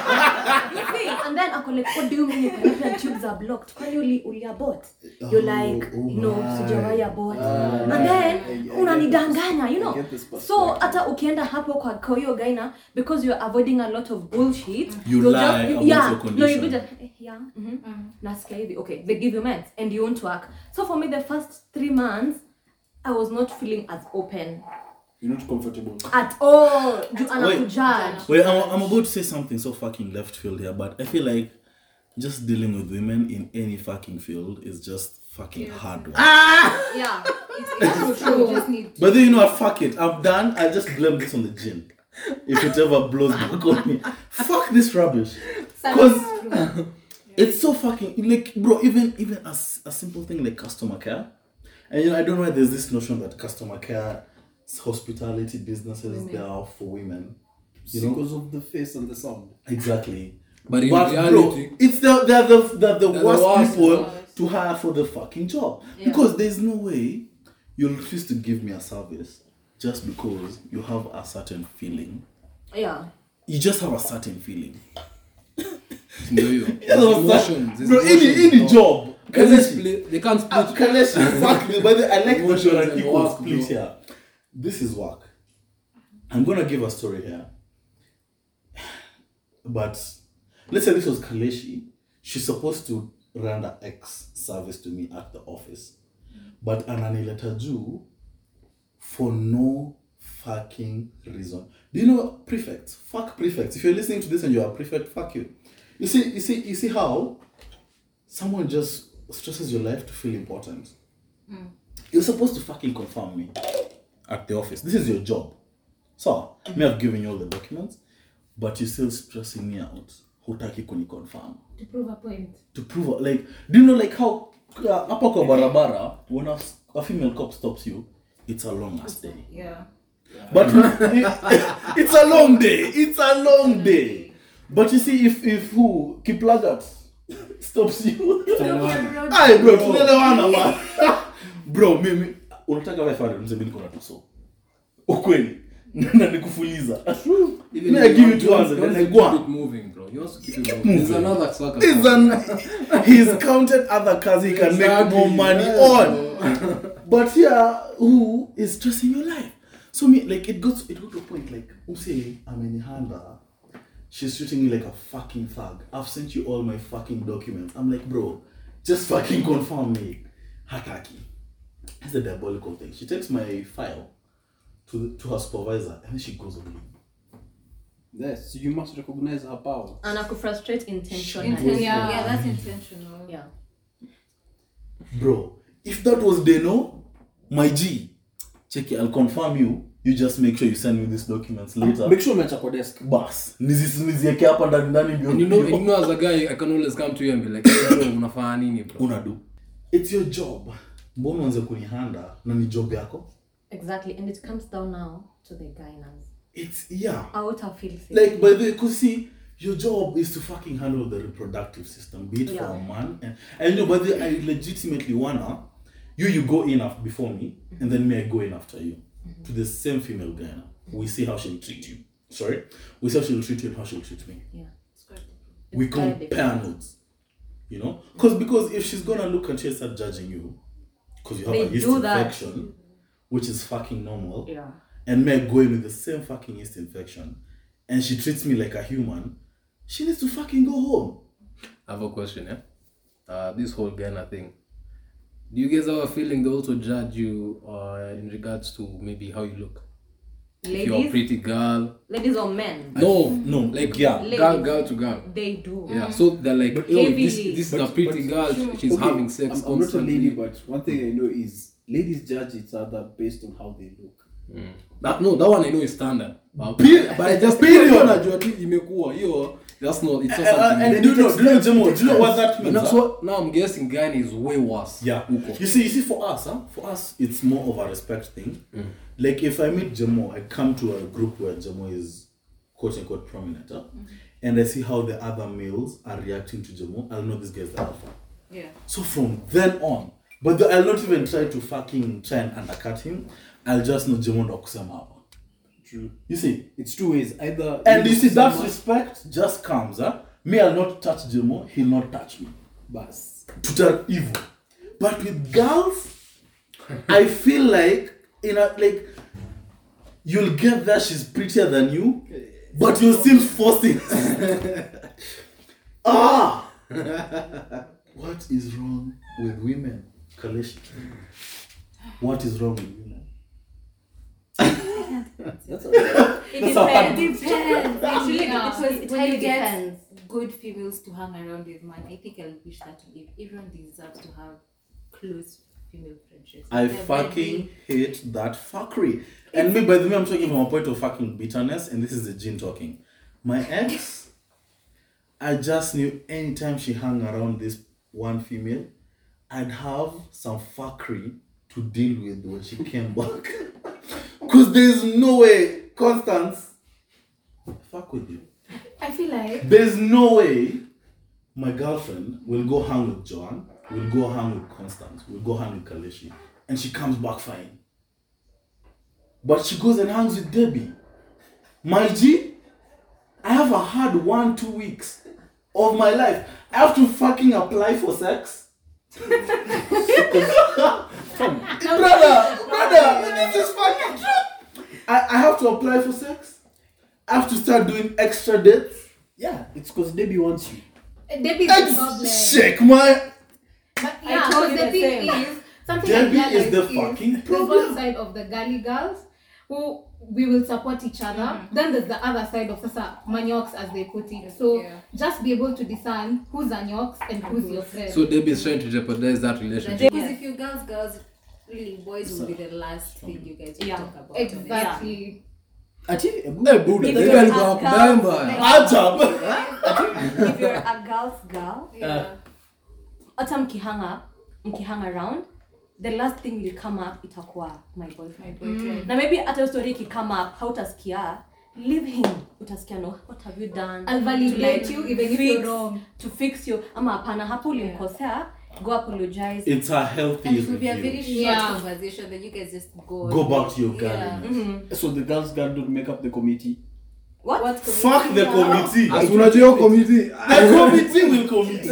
and then ako like what do you mean your [laughs] fallopian tubes are blocked kwani uli uliabot you're like
Oh, oh
no
my.
sijawaiyabot
Ah,
and then
I- I get
unanidanganya you know
I get this
so
perspective.
hata ukienda hapo kwa kwa hiyo gaina because you're avoiding a lot of bullshit
Mm.
You
you'll
lie
you-
about
yeah,
your
no
condition.
you do just eh, yeah mhm,
Mm.
nasikia hivi okay they give you meds and you won't work so for me the first three months i was not feeling as open
You're not comfortable.
at all juu anakujudge
Wait, I'm, I'm about to say something so fucking left field here, but I feel like just dealing with women in any fucking field is just fucking hard work.
yeah [laughs]
It's true. You just need
But then you know what? Fuck it. I'm done. I just blame this on the gin. If it ever blows back on me, fuck this rubbish. Cause [laughs] it's so fucking like, bro. Even even a, s- a simple thing like customer care, and you know I don't know why there's this notion that customer care, hospitality businesses they are for women. You know
Because of the face and the sound.
exactly.
But in
But
reality,
bro, it's the they're the they're the
the
worst,
worst.
people to hire for the fucking job because there's no way you'll refuse to give me a service just because you have a certain feeling.
yeah
You just have a certain feeling.
ndio
[laughs]
hiyo. Emotions, it's
bro, any
emotions,
any
no.
job.
Can they
Kaleshi.
split? They can't
Ah,
split.
Kaleshi, fuck me. But I like
Emotions
what you're an
and
equal
work,
split
bro.
here. This is work. I'm gonna give a story here. [sighs] But let's say this was Kaleshi. She's supposed to render X service to me at the office. But ananileta juu for no fucking reason. Do you know prefects? Fuck prefects. If you're listening to this and you're a prefect, fuck you. You see, you see, you see how someone just stresses your life to feel important. You're supposed to fucking confirm me at the office. This is your job. So, may have given you all the documents, but you're still stressing me out. Hutaki kuni confirm
To prove a point.
to prove like do you know like how uh, hapa kwa barabara when a, s- a female cop stops you it's a long ass day
yeah.
but [laughs] it's a long day it's a long day but you see if if who kiplagat stops you Aye, bro tunaelewana man. [laughs] bro mimi unataka wifi ndio mzee mimi niko na tuso ukweli [laughs] na nikufuliza
Even
I give you
he
two
wants-
answers,
he
then
wants to
I go on.
keep it moving, bro. He wants to keep it moving. There's another sucker.
He's an, he's counted other cars he can make more money on. But here, who is stressing your life? So me, like, it got it got to a point like, umse, I'm in Handa. She's treating me like a fucking thug. I've sent you all my fucking documents. I'm like, bro, just fucking confirm me. Hataki. That's the diabolical thing. She takes my file to to her supervisor and then she goes away.
Yes, you must recognize her power.
Ah. anakufrustrate intentionally
Intentional.
Yeah.
Yeah. that's intentional.
yeah
Bro, if that was Deno, my G, check it, I'll confirm you. You just make sure you send me these documents later.
Make sure umeacha kwa desk.
Bas, nizi- nizieke hapa ndani ndani ndio-
And you know, and you know, as a guy, I can always come to you and be like, hey, bro, unafanya nini, bro?
Una do. It's your job. Mbona uanze kunihanda na ni job yako?
exactly and it comes down now to the guidance
It's yeah.
out of feel safe
Like by the way, 'cause see, your job is to fucking handle the reproductive system, be it for
Yeah.
a man and, and you know, but the, I legitimately wanna you you go in af- before me and then me I go in after you
Mm-hmm.
to the same female Ghana. We see how she'll treat you. Sorry, we see how she'll treat you and how she'll treat me.
yeah
we
It's gotta
compare notes. You know, because because if she's gonna look and she'll start judging you, because you have
They
a yeast
do that.
infection, which is fucking normal,
yeah
and me going with the same fucking yeast infection, and she treats me like a human, she needs to fucking go home.
I have a question, yeah? Uh, this whole Ghana thing. Do you guys have a feeling they also judge you uh, in regards to maybe how you look? If you're a
ladies
pretty girl.
ladies or men
No,
No,
like
yeah.
girl, girl to girl.
they do
Yeah, so they're like, oh, this,
heavily.
this is a pretty girl. She's
Okay,
having sex
I'm, I'm not a
constantly.
lady, but one thing I know is ladies judge each other based on how they look.
That, no, that one I know is standard. But,
Pe-
but I just
period. Eh,
Hiyo najua tu imekuwa hiyo. That's not. It's not something.
Ah, and do you know, do you know, Jemo, do you know what that
And
means?
that's
huh?
what now I'm guessing Ghana is way worse.
Yeah.
Huko.
You see, you see, for us, huh? for us, it's more of a respect thing. Like if I meet Jamo, I come to a group where Jamo is quote unquote prominent, huh? and I see how the other males are reacting to Jamo. I'll know this guy's the alpha.
Yeah.
So from then on, but the, I'll not even try to fucking try and undercut him. I'll just know Jamo ndo kusema hapa.
True.
You see,
It's two ways. Either
and you see that
someone-
respect just comes. Huh? Me, I'll not touch Jamo. He'll not touch me.
Bas.
total evil. But with girls, I feel like you know, like you'll get that she's prettier than you, but you're still forcing. [laughs] ah, what is wrong with women, Kalesh? What is wrong with women?
It
That's how hard-
depends. It depends. Actually,
Yeah.
because
highly
when you get
depends.
good females to hang around with, man, I think I wish that to live. Everyone deserves to have close female friendships.
I
They're
fucking hate that fuckery. And me, by the way, I'm talking from a point of fucking bitterness, and this is the gene talking. My ex, I just knew anytime she hung around this one female, I'd have some fuckery to deal with when she came [laughs] back. Because there's no way, Constance, fuck with you.
I feel like
There's no way my girlfriend will go hang with Joan, will go hang with Constance, will go hang with Kaleshi, and she comes back fine. But she goes and hangs with Debbie. My G, I have a hard one, two weeks of my life. I have to fucking apply for sex. brother, brother, this is fucking true. I, I have to apply for sex. I have to start doing extra dates.
Yeah, it's because Debbie wants you.
eh,
Debbie's the problem.
Ex- Shake my
But
I
yeah,
told
because
you
the
the
thing
same.
is, something
Debbie
I
is the
realized
fucking
there's
problem.
one side of the girly girls who we will support each other. Then there's the other side of sasa maniocs as they put it. So
Yeah.
just be able to discern who's an yox and who's your friend.
So Debbie's trying to jeopardize that relationship.
Because if you girls, girls, really, boys will be the last thing you guys will
Yeah,
talk about.
exactly.
Actually, a good
Buddha,
Because
Debbie
girls-
alikuwa hakudamba.
ajab.
if you're a girl's girl
Yeah.
Uh,
hata mkihanga mkihang around the last thing will come up itakuwa my boyfriend
boyfriend.
na maybe hata hiyo story ikicome up hautasikia leave him utasikia no what have you done
I'll validate
To
you even if
fix-
you're wrong.
to fix you ama hapana hapo ulimkosea go apologize
It's a healthy
And it will be a very
review.
short
Yeah.
conversation that you guys just go.
Go back to your
Yeah.
garden.
So the girls girl don't make up the committee.
what,
Fuck the committee.
As unajua hiyo committee
The committee will commit.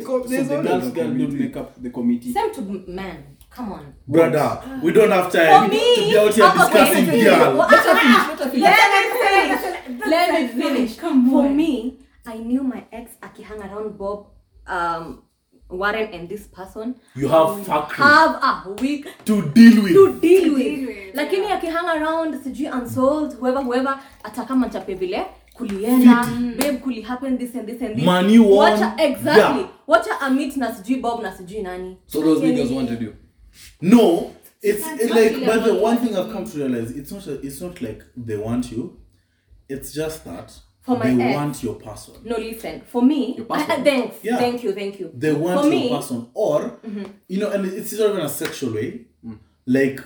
[laughs]
So the girls girl don't make up the committee.
same to man come on
Brother, we don't have time
For me,
to be out here
I'm okay.
discussing girl.
Let her finish, let her finish. Let me finish. For me, I knew my ex Aki hang around Bob, um, Warren, and this person.
You have
would
factory.
Have a week
To deal with.
to deal
deal
with.
with,
Lakini yeah. akihang around sijui unsolved whoever whoever hata kama chape vile kulienda Mm. babe kuli happen this and this and this.
Man, you won.
Wacha exactly.
Yeah.
Wacha amit na sijui Bob na sijui nani.
So those
Yani-
niggas wanted you.
No, it's
That's
it,
what
like.
we
But the
want.
one thing I've come to realize, it's not. A, it's not like they want you. It's just that
For my
they
ex.
want your person.
No, listen. For me, [laughs]
Your password.
thanks.
Yeah.
Thank you, thank you.
They want
For
your
me, mm-hmm.
person, or you know, and it's not even a sexual way. Like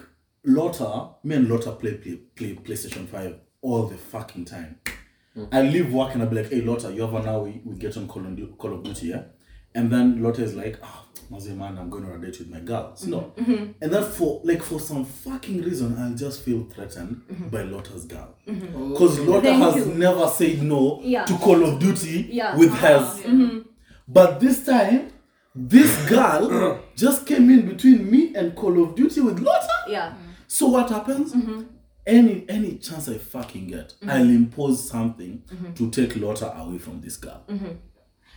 Lotta, me and Lotta play, play play PlayStation Five all the fucking time. I leave work and I'll be like, "Hey Lotta, you have an hour. We, we get on Call of, Du- Call of Duty, yeah." And then Lotta is like, "Ah, oh, man, I'm going on a date with my girls."
Mm-hmm.
No, and then for like for some fucking reason, I just feel threatened by Lotta's girl because Lotta
Mm-hmm. Thank
has
you.
never said no
Yeah.
to Call of Duty
Yeah. Ah. Mm-hmm.
with hers. But this time, this girl just came in between me and Call of Duty with Lotta.
yeah.
So what happens?
Mm-hmm.
Any any chance I fucking get, I'll impose something
Mm-hmm.
to take Lotta away from this girl.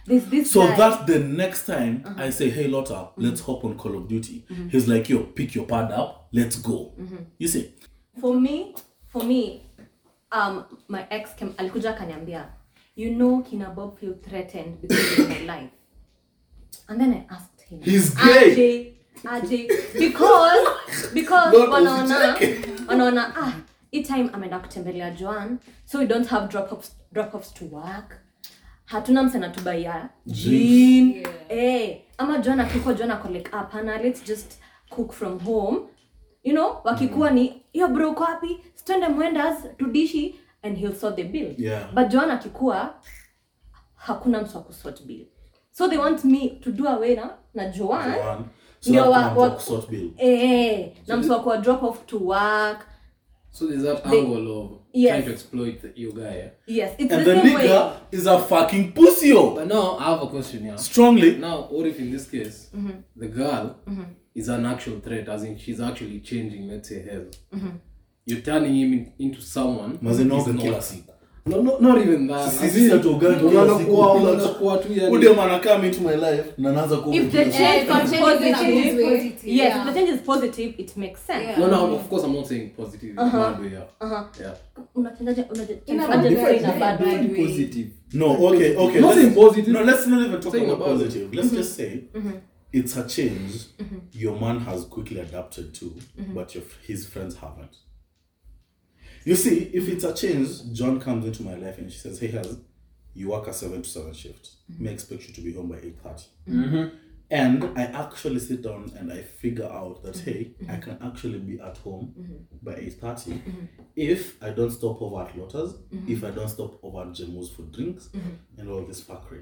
There's this
So
guy.
that the next time
Uh-huh.
I say, "Hey Lotta,
Mm-hmm.
let's hop on Call of Duty," he's like, "Yo, pick your pad up, let's go."
Mm-hmm.
You see,
for me for me um my ex came, alikuja akaniambia you know kina bob feel threatened because of my [laughs] life and then i asked him
He's gay.
aje aje
[laughs]
because because
Lord,
wanaona
usicheke.
wanaona ah hii time ameenda kutembelea joan so we don't have drop offs drop offs to work hatuna msana tubaia jean yeah. ah. eh ama joan akikuwa joan ako like hapana let's just cook from home you know
Mm.
wakikuwa ni hiyo bro uko wapi stende mwendas tudishi and he'll sort the bill
Yeah.
but joan akikuwa hakuna mtu wa kusort bill so they want me to do away na na joan
Joan. So
Ndio
that
wa-
comes
wa-
up sort bill.
eh, na mtu wa kuwa drop off to work
So there's that
They-
angle of
Yes.
trying to exploit the, your guy. Yeah?
yes it's
And
the
the
same way
nigga is a fucking pussy. yo.
But now I have a question here.
Strongly,
Now, what if in this case
Mm-hmm.
the girl is an actual threat, as in she's actually changing, let's say, hell.
Mm-hmm.
You're turning him in, into someone.
Mazenoka
he's not.
kila siku.
No, no, not even that.
Sisi ya togani kila
Unaona
siku,
kuwa-
kila
unaona
siku.
Kwa tu yani-
Ude man, I come into my life na naanza kuwa
if the
mtu.
change
if the
is
change is in a
positive
good way,
yes
yeah.
if the change is positive it makes sense
Yeah.
No, no, of course I'm not saying positive. in a bad way, yeah.
Uh-huh.
Yeah.
unachanjaje
In a
unaje-
bad
aje say
way,
in a bad
yeah.
way
Very
By the way.
positive.
No, okay, okay.
Not
let's-
saying positive.
No, let's not even talk
Saying
about
about it.
positive. Let's just say it's a change your man has quickly adapted to, but your, his friends haven't. You see, if it's a change, John comes into my life and she says, "Hey, has you work a seven to seven shift. May expect you to be home by eight And I actually sit down and I figure out that hey, I can actually be at home by eight if I don't stop over at Lotta's, if I don't stop over at Jemo's for drinks and all this fuckery.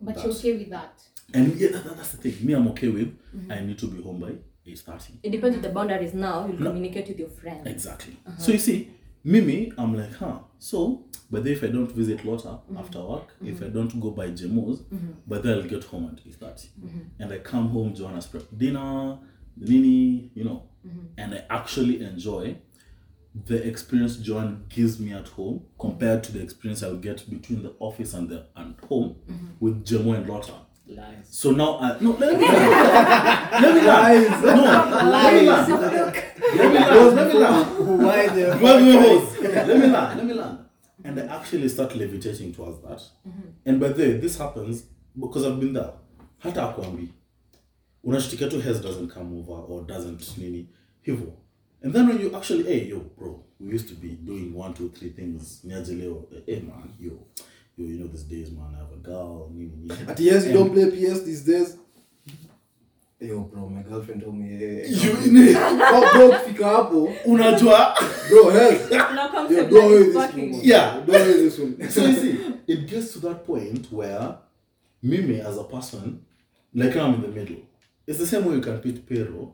But you're okay with that.
And yeah, that, that's the thing. Me, I'm okay with. I need to be home by eight thirty.
it depends on the boundaries now you'll communicate with your friends [laughs]
Exactly. So you see, Mimi, I'm like, huh. So, but then if I don't visit Lotta after work, if I don't go by Jemo's, but then I'll get home at 8.30. And I come home, Joanna's prep dinner, Nini, you know. And I actually enjoy the experience Joan gives me at home compared to the experience I'll get between the office and the and home with Jemo and Lotta.
Lies.
So now I no let me laugh. let me laugh. No, let me laugh.
[laughs]
Let me laugh. Let me laugh.
why the
Wait, wait, wait. let me learn. Let me learn. And I actually start levitating towards that. And by the way, this happens because I've been there. Hata akwambi. Unashtukia tu Hez doesn't come over or doesn't nini. Hivyo. And then when you actually, hey, yo, bro, we used to be doing one, two, three things. Niaje leo, hey, man, yo. Yo, you know these days, man, I have a girl, nini, nini.
At yes, you don't play PS these days. Yo bro, my girlfriend told me. Hey,
You-
oh bro, kufika hapo.
Unajua?
Bro, hey.
now comes
Yo,
the
don't
bloody
hate this
fucking-
woman.
Yeah.
Don't hate this
[laughs]
woman.
so you see, it gets to that point where Mimi as a person, like I'm in the middle. It's the same way you can pit Pero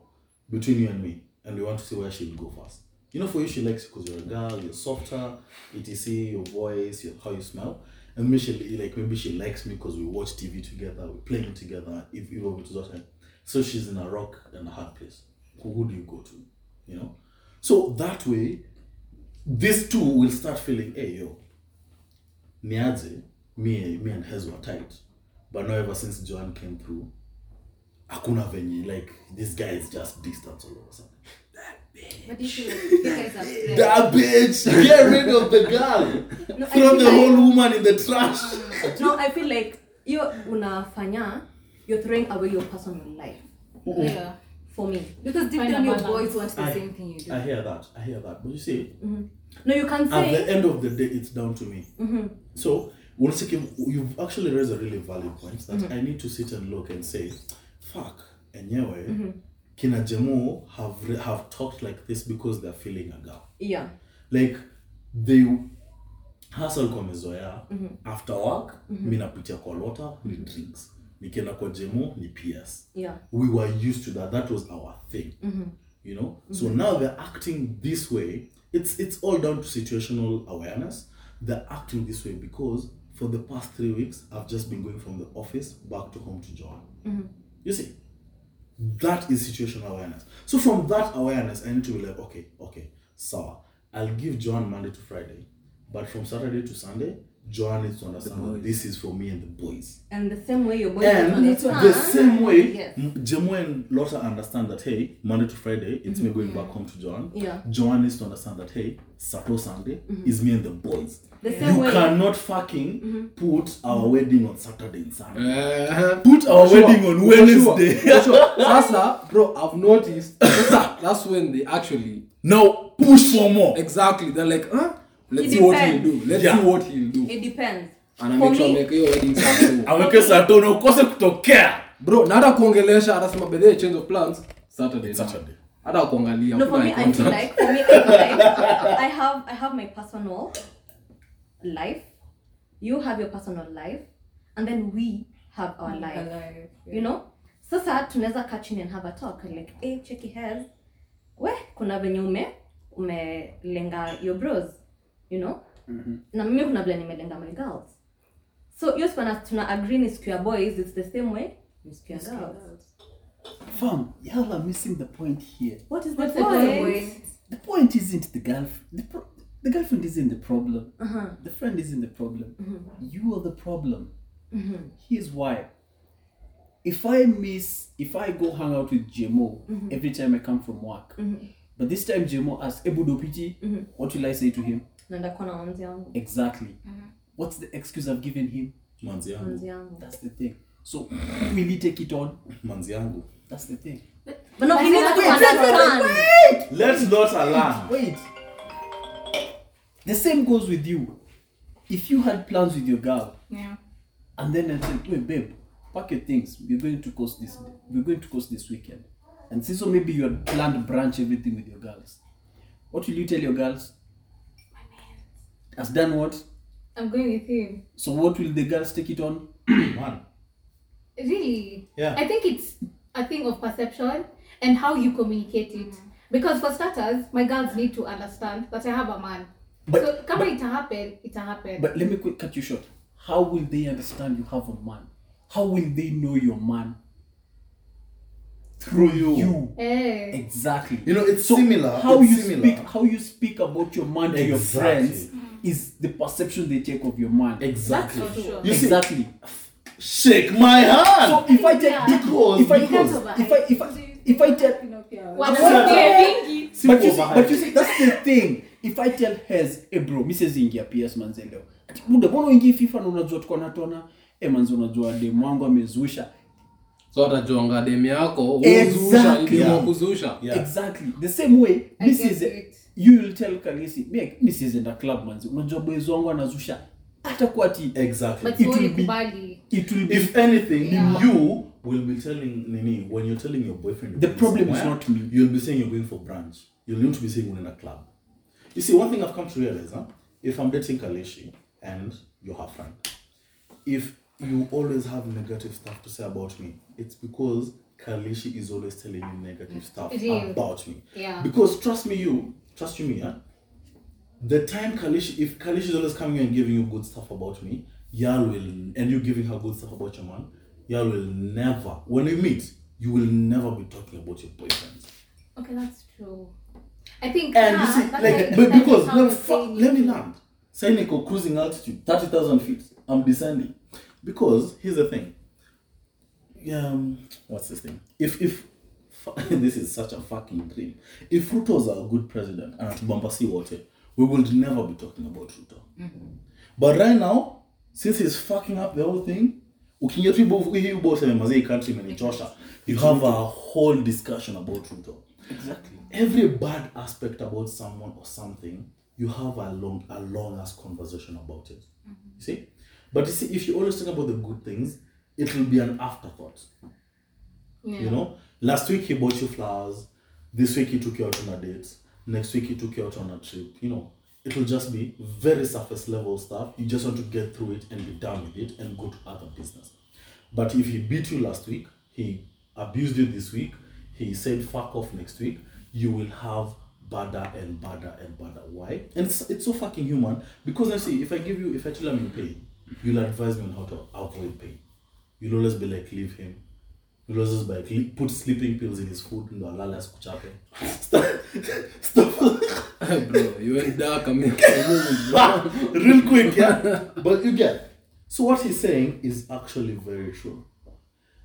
between you and me, and we want to see where she'll go first. You know, for you, she likes you because you're a girl, you're softer, etc. Your voice, your how you smell, and maybe she like maybe she likes me because we watch TV together, we play it together. If you over to that time, so she's in a rock and a hard place. Who, who do you go to? You know, so that way, these two will start feeling, hey yo, niaje, me, me and hers were tight, but now ever since Joan came through, hakuna venye like this guy is just distance all of a sudden.
But you feel like you
[laughs]
guys are friends.
That bitch, get rid of the girl,
No, I
throw
think
the
I-
whole woman in the trash.
no i feel like hiyo unafanya you're throwing away your personal life
Mm-hmm.
Yeah.
for me
Because deep
Find
down
a
your
balance.
boys want the
I-
same thing you do.
I hear that, I hear that, but you see,
no you can
at
say
the end of the day, it's down to me. So, we'll take him, you've actually raised a really valid point that I need to sit and look and say, fuck, enyewe, kina Jemu have, re- have talked like this because they're feeling a girl.
yeah
like they hasa alikuwa amezoea after work mi napitia kwa lota ni drinks nikienda kwa jemo ni ps
yeah
we were used to that that was our thing you know so now they're acting this way it's it's all down to situational awareness they're acting this way because for the past three weeks i've just been going from the office back to home to john you see that is situational awareness so from that awareness i need to be like okay okay so i'll give john monday to friday but from saturday to sunday john needs to understand that this is for me and the boys
and the same way your boy
and
doesn't
the same way
Yes.
m Jemo and Lotta understand that hey Monday to Friday it's me going back home to John
Yeah.
John needs to understand that hey Saturday Sunday is me and the boys
The same
you
way-
cannot fucking put our wedding on Saturday and Sunday
Uh-huh.
put our
Sure.
wedding on
For
Wednesday [laughs]
sure. For [laughs] sure. Sasa, bro, I've noticed. [coughs] Sasa, that's when they actually
now push for more
exactly they're like, huh? Let's
It
see what he'll
depends.
do. Let's
Yeah.
see what he'll do.
it depends
And I
for
make sure
me
make hiyo wedding Saturday.
aweke Saturday na ukose kutokea
Bro, na hata kuongelesha anasema by the way, change of plans Saturday. now."
Saturday.
Hata kuangalia.
No, for
hakuna
me,
eye
I feel
contact.
like for me, I feel like I have I have my personal life. You have your personal life, and then we have our life.
Alive,
You know. Sasa tunaweza catch in and have a talk like, hey, check your hair. We, kuna venye ume umelenga your bros, you know. Na mimi kuna vile nimelenga my girls. So hiyo tuna tuna agree ni siku ya boys, it's the same way ni siku ya girls.
Fam, y'all are missing the point here.
What is the
What's the
point?
point?
The point isn't the girlfriend. The, pro- the girlfriend isn't the problem. The friend isn't the problem. You are the problem. Here's why. If I miss, if I go hang out with Jemo every time I come from work, but this time Jemo asks, Ebu Dopiti, what will I say to him?
Naenda kuwa na wamzi wangu,
Exactly. What's the excuse I've given him?
manzi yangu
wamzi yangu.
That's the thing. So, will he take it on?
manzi yangu
That's the thing.
But no, he needs to understand.
let's not alarm
Wait. The same goes with you. If you had plans with your girl,
Yeah.
and then I said, "Wait, babe, pack your things. We're going to coast this. We're going to coast this weekend." And since so maybe you had planned to branch everything with your girls, what will you tell your girls? Has done what?
I'm going with him.
So what will the girls take it on?
man
Really?
Yeah.
I think it's a thing of perception and how you communicate it. Because for starters, my girls need to understand that I have a man.
But-
so kama ita happen, ita happen.
But let me quick cut you short. How will they understand you have a man? How will they know your man? Through you.
eh.
Exactly.
you know it's similar
how
it's
you
similar.
speak how you speak about your man to your
Exactly.
friends is the perception they take of your man
exactly
Mm. That's for sure.
you see [coughs]
exactly
shake my hand
so if i take
Because-
if i
because-
if i if i if i tell
Wanaongea vingi.
but you, see,
overhyped.
but you see that's the thing if i tell hers hey bro mrs ingia ps manzeleo ati buda mbona uingii fifa na unajua tuko natona e manzi unajua demu wangu amezusha
So atajonga demu yako,
Exactly.
huzusha, ni demu wa
Yeah.
kuzusha.
Yeah.
exactly the same way
I
mrs
get it.
you will tell kalisi "Me- mrs enda club manzi unajua boys wangu anazusha atakuwa ati
exactly
But sioni
will be-
kubali.
it will be
if anything you will be telling nini when you're telling your boyfriend you're going
The problem is
somewhere,
not me.
you'll be saying you're going for brunch you'll not be saying we're in a club you see one thing i've come to realize huh? if i'm dating kaleshi and you're her friend if you always have negative stuff to say about me it's because Kalishi is always telling you negative stuff
It is.
about me.
Yeah.
Because trust me, you trust you me, huh? The time Kalishi, if Kalishi is always coming and giving you good stuff about me, Yal will, and you giving her good stuff about your man, Yal will never. When you meet, you will never be talking about your boyfriend.
Okay, that's true. I think
And
yeah,
you see,
that's
like,
how-
but
that is
because
how
let me,
they
fa-
say
let me
it.
land. Seneca cruising altitude, 30,000 feet. I'm descending. Because here's the thing. Um, what's this thing? If, if, [laughs] fu- this is such a fucking dream. If Ruto was a good president, and Atubambasi water, we would never be talking about Ruto. But right now, since he's fucking up the whole thing, ukiingia tu hii bo- hii boss ya mazee country imenichosha, you have a whole discussion about Ruto. Exactly. Every bad aspect about someone or something, you have a long a long ass conversation about it. You see? But you see, if you always talk about the good things, it will be an afterthought.
Yeah.
You know, last week he bought you flowers. This week he took you out on a date. Next week he took you out on a trip. You know, it'll just be very surface level stuff. You just want to get through it and be done with it and go to other business. But if he beat you last week, he abused you this week, he said fuck off next week, you will have badder and badder and badder. Why? And it's, it's so fucking human because I see if I give you, if I tell him I'm in pain, you'll advise me on how to avoid pain. You'll always be like, leave him, loses by cl- put sleeping pills in his food ndo alala asikuchape Stuff-
[laughs] bro, you went dark. I mean, bro.
[laughs] real quick yeah but you get so what he's saying is actually very true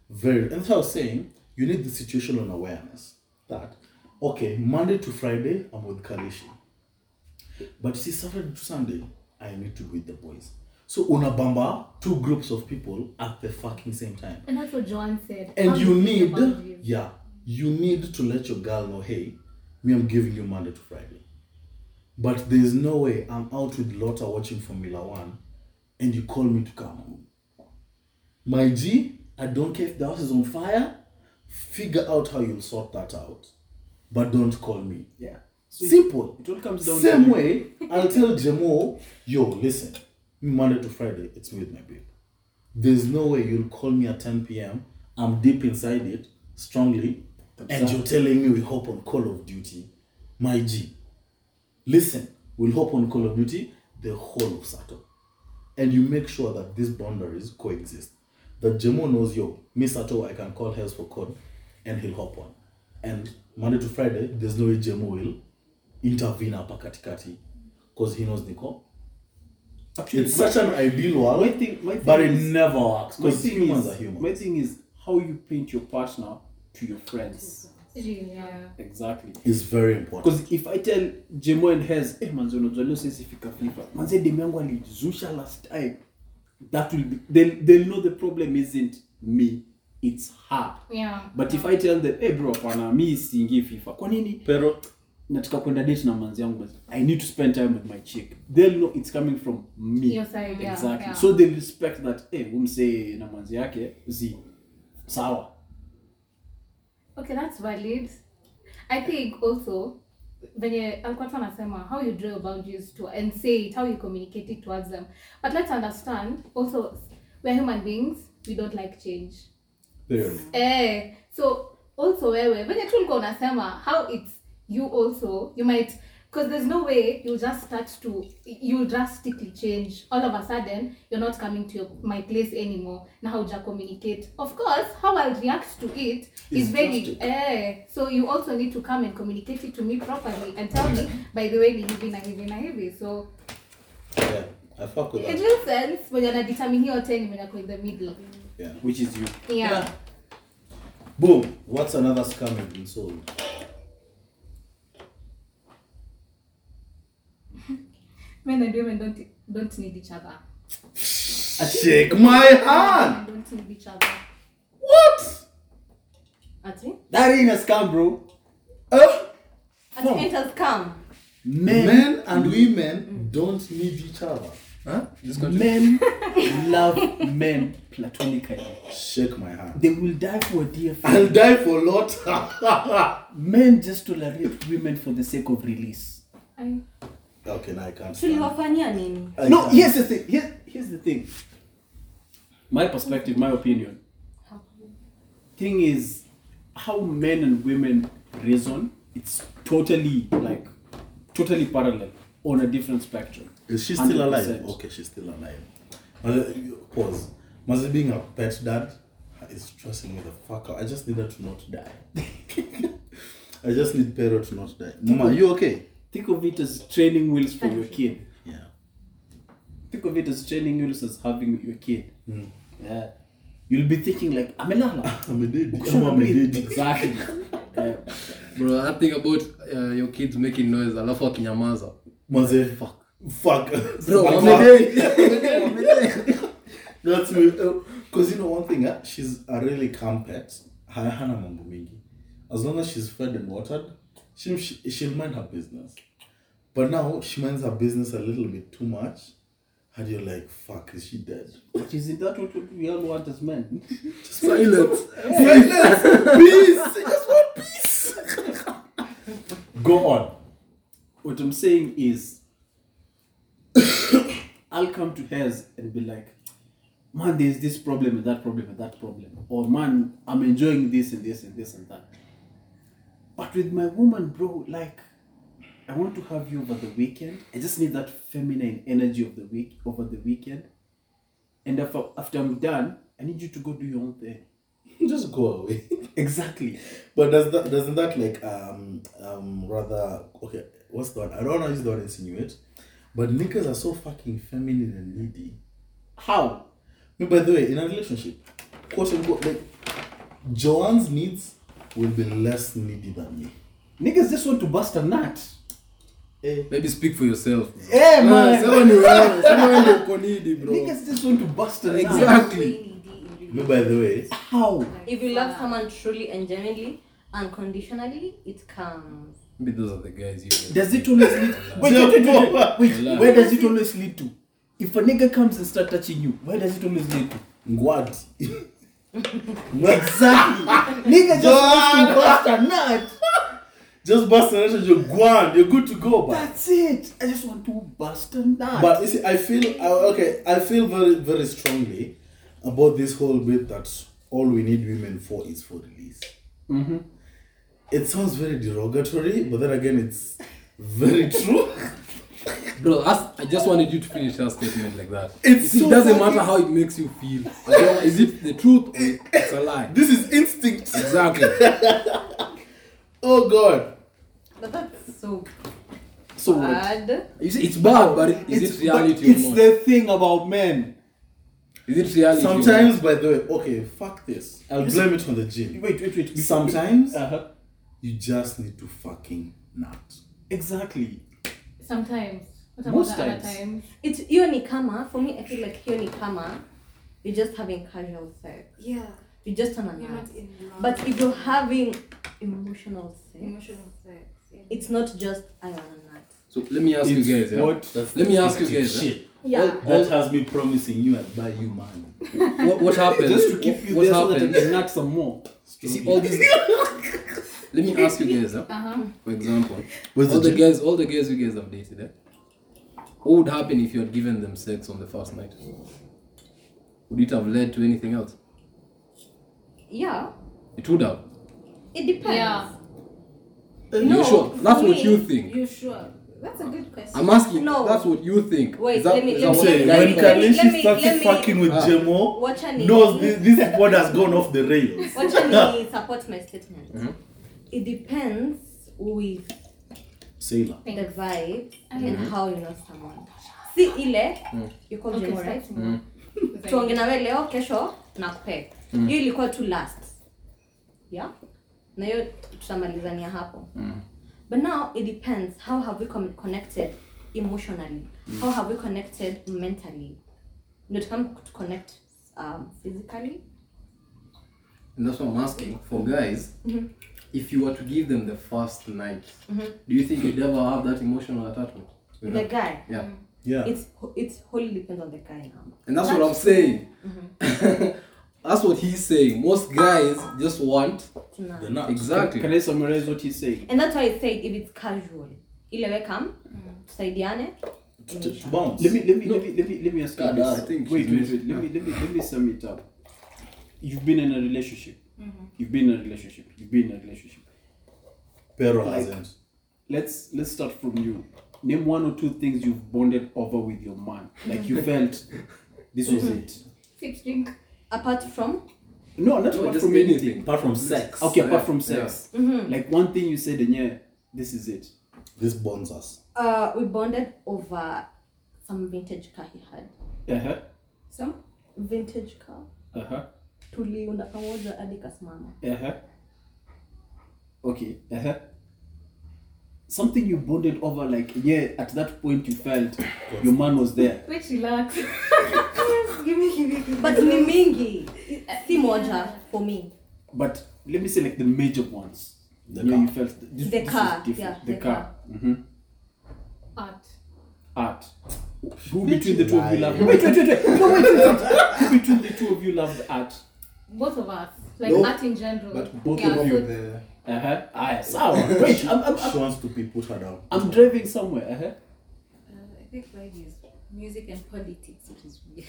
very and so i was saying you need the situational awareness that okay monday to friday i'm with kalishi but see saturday to sunday i need to be with the boys so unabamba two groups of people at the fucking same time
And that's what Joanne said.
and
How
you
do feel
need
about you?
yeah you need to let your girl know hey me i'm giving you monday to friday but there's no way i'm out with lotta watching formula one and you call me to come my g i don't care if the house is on fire figure out how you'll sort that out but don't call me
Yeah.
simple
It all comes down
same
to [laughs]
way i'll tell jemo yo listen monday to friday it's me with my babe there's no way you'll call me at 10 p.m i'm deep inside it strongly and you're telling me we hop on call of duty my g listen we'll hop on call of duty the whole of sato and you make sure that these boundaries coexist that jemo knows yo me sato i can call hells for code and he'll hop on and monday to friday there's no way jemo will intervene hapa katikati because he knows niko
Actually,
it's
my-
such an ideal world
my thing- my
but
thing
it
is-
never works
my
because
thing
humans are
is
human
my thing is how you paint your partner to your friends.
Really, yeah.
Exactly.
is very important
Because if I tell Jemo and Hez, eh, manze unajua leo sisi fika flipa. Manze demu yangu alijizusha last time. That will be they'll, they'll know the problem isn't me, it's her.
Yeah.
But if I tell them, hey bro, hapana, mi siingii FIFA. Kwa nini?
pero
Nataka kwenda date na manzi yangu but I need to spend time with my chick. They'll know it's coming from me.
Your side, yeah,
exactly.
yeah.
So they respect that, eh, umse na manzi yake, zi. Sawa.
Okay, that's valid. I think also venye alikuwa tu anasema how you draw your boundaries to and say it how you communicate it towards them but let's understand also we're human beings we don't like change
period
eh so also wewe venye tu ulikuwa unasema how it's you also you might because there's no way you just start to you drastically change all of a sudden you're not coming to your, my place anymore na hauja communicate of course how i'll react to it is
It's
very
drastic.
eh so you also need to come and communicate it to me properly and tell me by the way ni hivi na hivi na hivi so
yeah i fuck with
it
that
makes sense when you're determining your ten when you're in the middle
yeah
Which is you.
yeah, yeah.
boom what's another scam you've been sold
men and women don't don't need each other
shake my hand
I don't need each other.
what
Ati?
That ain't a scam, bro.
uh,
Ati it has come.
Men,
men and women don't need each other
huh? This country.
men [laughs] love men platonically.
shake my hand
They will die for a dear
i'll
friend.
die for
[laughs]
lot
Men just tolerate women for the sake of release.
I,
okay now i can't stand.
Tuliwafanyia nini?
I
no,
can't.
here's the thing. Here, here's the thing. My perspective, my opinion. Thing is, how men and women reason, it's totally like totally parallel on a different spectrum.
Is she still alive?
100%.
Okay, she's still alive. Maze- you- Pause. Mazi being a pet dad is stressing me the fuck out. I just need her to not die. [laughs] I just need Pero to not die. Mama, you okay?
Think of it as training wheels for your kid.
Yeah.
Think of it as training wheels as having your kid.
Hmm.
Yeah. You'll be thinking like
[laughs]
Amelala.
I'm a dead. I'm a dead.
exactly. Yeah.
bro that thing about uh, your kids making noise alafu akinyamaza
Maze, fuck. Fuck.
bro
Fuck. That's me. Because you know one thing, eh? she's a really calm pet. Ha- Hana mambo mingi. As long as she's fed and watered, she, she, she'll mind her business. But now she minds her business a little bit too much. And you're like, fuck, is she dead? [laughs]
But isn't that what we all want as men?
silence
Silence! peace! I just want peace! Go on.
What I'm saying is, [coughs] I'll come to hers and be like, man, there's this problem and that problem and that problem. Or man, I'm enjoying this and this and this and that. But with my woman, bro, like, I want to have you over the weekend. I just need that feminine energy of the week over the weekend. And after, after I'm done, I need you to go do your own thing.
Just go away. [laughs]
Exactly.
But does that doesn't that like um um rather okay what's the one I don't want to use the word insinuate, but niggas are so fucking feminine and needy.
How?
No, by the way, in a relationship, quote unquote, like Joanne's needs will be less needy than me.
Niggas just want to bust a nut.
maybe speak for yourself bro.
Eh,
Yeah,
Ah, sema ni wewe, sema wewe ndio uko needy, bro.
Uh, Niggas just want to bust a nut.
exactly
No, by the way,
How?
If you love someone truly and genuinely, unconditionally, it comes.
maybe those are the guys you
Does it always lead? Wait, wait, wait, wait, wait, wait. Where does it always lead to? If a nigga comes and start touching you, where does it always lead to?
Ngwad.
[laughs] Exactly. nigga just wants to bust a nut.
Just bust an extra, you're Guad, you're good to go, but
That's it. I just want to bust a nut.
But you see, I feel I, okay. I feel very, very strongly about this whole bit that all we need women for is for release.
Mm-hmm.
It sounds very derogatory, but then again, it's very [laughs] true.
bro that's- i just wanted you to finish that statement like that
It's
it
so
doesn't
fucking-
matter how it makes you feel As long- is it the truth or
Eh,
it's a lie
this is instinct.
[laughs]
exactly
Oh God,
But that's so
so what?
bad.
you see it's bad but is it
but
reality or
it's
not
the thing about men.
is it reality or not?
sometimes, by the way, okay, fuck this. I'll
You
blame it on the gym.
Wait, wait, wait.
Sometimes
Uh-huh.
you just need to fucking nut.
Exactly.
Sometimes. What about
Most
the other
times.
times?
It's hiyo ni kama for me I feel like hiyo ni kama you're just having casual sex.
Yeah,
You just on a
you're
nut.
not in love.
But if you're having emotional sex,
emotional sex. Yeah.
it's not just I want a nut.
so let me ask
It's
you guys yeah?
what-
let me ask you guys yeah?
Shit.
Yeah.
That has me promising you I'd buy you money.
what, what happened
Just to keep you
what
there so that I
happened
can nut some more.
You see all
[laughs]
these. Let me ask you guys. Huh?
Uh-huh.
For example,
Where's
all
the
the guys, all the guys you guys have dated. Eh? What would happen if you had given them sex on the first night? Would it have led to anything else?
Yeah,
It would have.
it depends.
Yeah.
No,
you sure? That's what
me,
you think.
You sure? That's a good question.
I'm asking.
No.
That's what you think.
Wait,
Is that-
let me-
is
let
that
me-
what
Say,
you guys
let
when
me-
think?
let me-
Kalishi
let me-
started
let me-
fucking with
Ah.
Jemo,
Watch and
knows this, this pod has gone off the rails.
What
[laughs]
can support my statement?
Mhm.
It depends with
Sailor.
the vibe and
Mhm.
how you know someone. Si ile
Mm.
you call
Okay,
Jemo,
start
right?
tomorrow.
Tuonge nawe leo kesho nakupea.
Mm.
Hiyo ilikuwa tu last. Yeah? Na hiyo tutamalizania hapo.
Mm.
But now it depends how have we com- connected emotionally?
Mm.
How have we connected mentally? Ndio tukam to connect um, physically?
And that's what I'm asking for guys.
Mm-hmm.
If you were to give them the first night, do you think you'd ever have that emotional attachment? with
The
them?
guy. Mm-hmm.
Yeah.
Yeah.
It's it's wholly depends on the guy now.
And that's what I'm saying.
Mm-hmm.
[laughs] that's what he's saying. Most guys just want
Tuna-
the nut.
exactly.
Can I summarize what he's saying?
And that's why I said if it's casual, ile we come, tusaidiane.
To, to- to bounce.
Let me let me let me let me let me ask you
God,
this.
I think
wait,
she's
wait,
missed-
wait. Let me let me let me sum it up. You've been in a relationship.
Mm-hmm.
You've been in a relationship. You've been in a relationship.
Pero
Like-
hasn't.
Let's let's start from you. Name one or two things you've bonded over with your man. Like
[laughs]
you felt this was
Mm-hmm.
it.
Sit, drink.
Apart from
No, not
No,
apart
just
from
anything.
anything.
Apart from sex,
Okay,
Yeah,
apart from sex.
Mm-hmm.
Like one thing you said and yeah, this is it.
this bonds us.
uh, we bonded over some vintage car he had.
Uh-huh.
Some vintage car.
Uh-huh.
Tuliunda pamoja hadi kasimama.
Uh-huh. Okay. Uh-huh. Something you bonded over, like yeah, at that point you felt your man was there.
Wait, relax.
give me, give me, give me.
But ni mingi. Si moja for me.
But let me say like the major ones.
The
yeah,
car.
you felt th- this,
The
this
car,
Is different.
yeah,
the,
the
car.
car.
Mm-hmm.
Art.
Art. Who between the two of you
lying.
loved? Wait, wait, wait, wait. No, wait, wait, wait. Who between the two of you loved art?
Both of us. Like
No,
art in general.
But both
Yeah,
of
so
you there.
Uh
Uh-huh.
huh. Ah, sour. Wait, I'm, I'm,
She
I'm,
wants to be put her down.
I'm driving somewhere. Uh huh.
Uh, I think mine is music and politics. It is weird.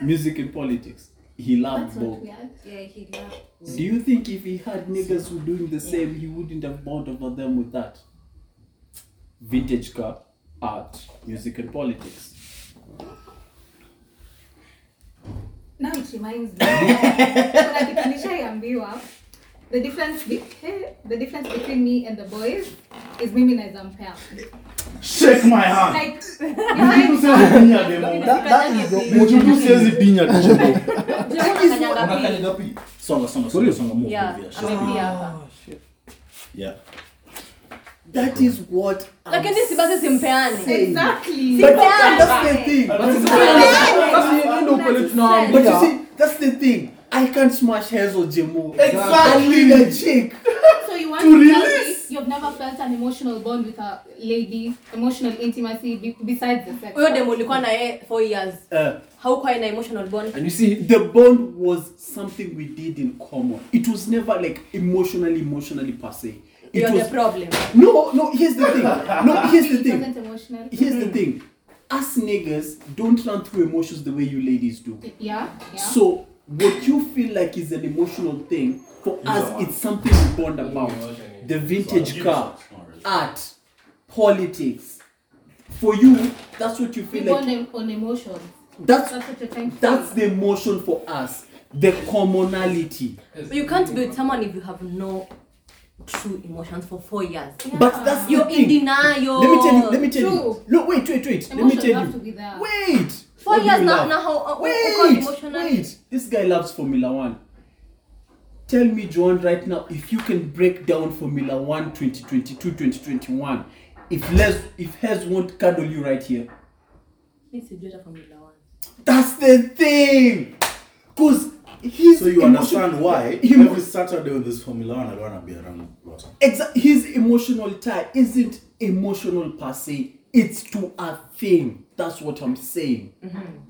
Music and politics. He
That's
loved
not
both.
weird.
Yeah, he loved.
Do you think if he had niggas who doing the same, he wouldn't have bought over them with that? Vintage car, art, music, and politics.
[laughs]
Now it reminds me. [laughs] Kuna kitu nishaiambiwa. The difference, be- eh, the difference between me and the boys is mimi naweza mpea.
Shake my hand.
Like, you
Siwezi binya demo.
That, that is your
Did you do siwezi binya demo?
Kanyaga
Unakanyaga pee.
Songa, songa, songa, songa, move.
Yeah,
move, shake.
amepia hapa.
Yeah.
That is what
Lakini si basi simpeane.
Exactly.
But that's the thing. But you see, that's the thing. I can't smash Hazel Jemu. Exactly. I need a chick.
So you want to, tell me you've never felt an emotional bond with a lady, emotional intimacy be- besides the sex.
Huyo demo ulikuwa na yeye for years.
Uh,
Haukuwa na emotional bond.
And you see,
the bond was something we did in common. It was never like emotionally, emotionally per se. It
You're the
was
problem.
no, no. Here's the thing. No, here's the
It
thing.
wasn't emotional.
Here's the thing. Us niggas don't run through emotions the way you ladies do.
Yeah, yeah.
So what you feel like is an emotional thing, for us it's something we bond about. The vintage car, art, politics. For you, that's what you
we
feel
bond
like.
em- on emotions.
That's
That's what you're trying to
that's
say.
the emotion for us. The commonality.
You can't be with someone if you have no true emotions for four years.
But that's your
You're in
thing.
denial.
Let me tell you. Let me tell
True.
you. No, wait, wait, wait. Let me
Emotions
tell
have to be
you.
there.
Wait.
Four
What do
years
you
now,
love?
now how uh,
Wait,
emotional.
wait. This guy loves Formula One. Tell me, John, right now, if you can break down Formula One 2022 2021. If Les, if Hez won't cuddle you right here,
Mimi sijui hata Formula One.
that's the thing. Cause his
So you
emotion-
understand
[laughs]
why
Emo-
every Saturday with this Formula One, I don't want to be around Lotto.
Exa- his emotional tie isn't emotional per se. It's to a thing. That's what I'm saying.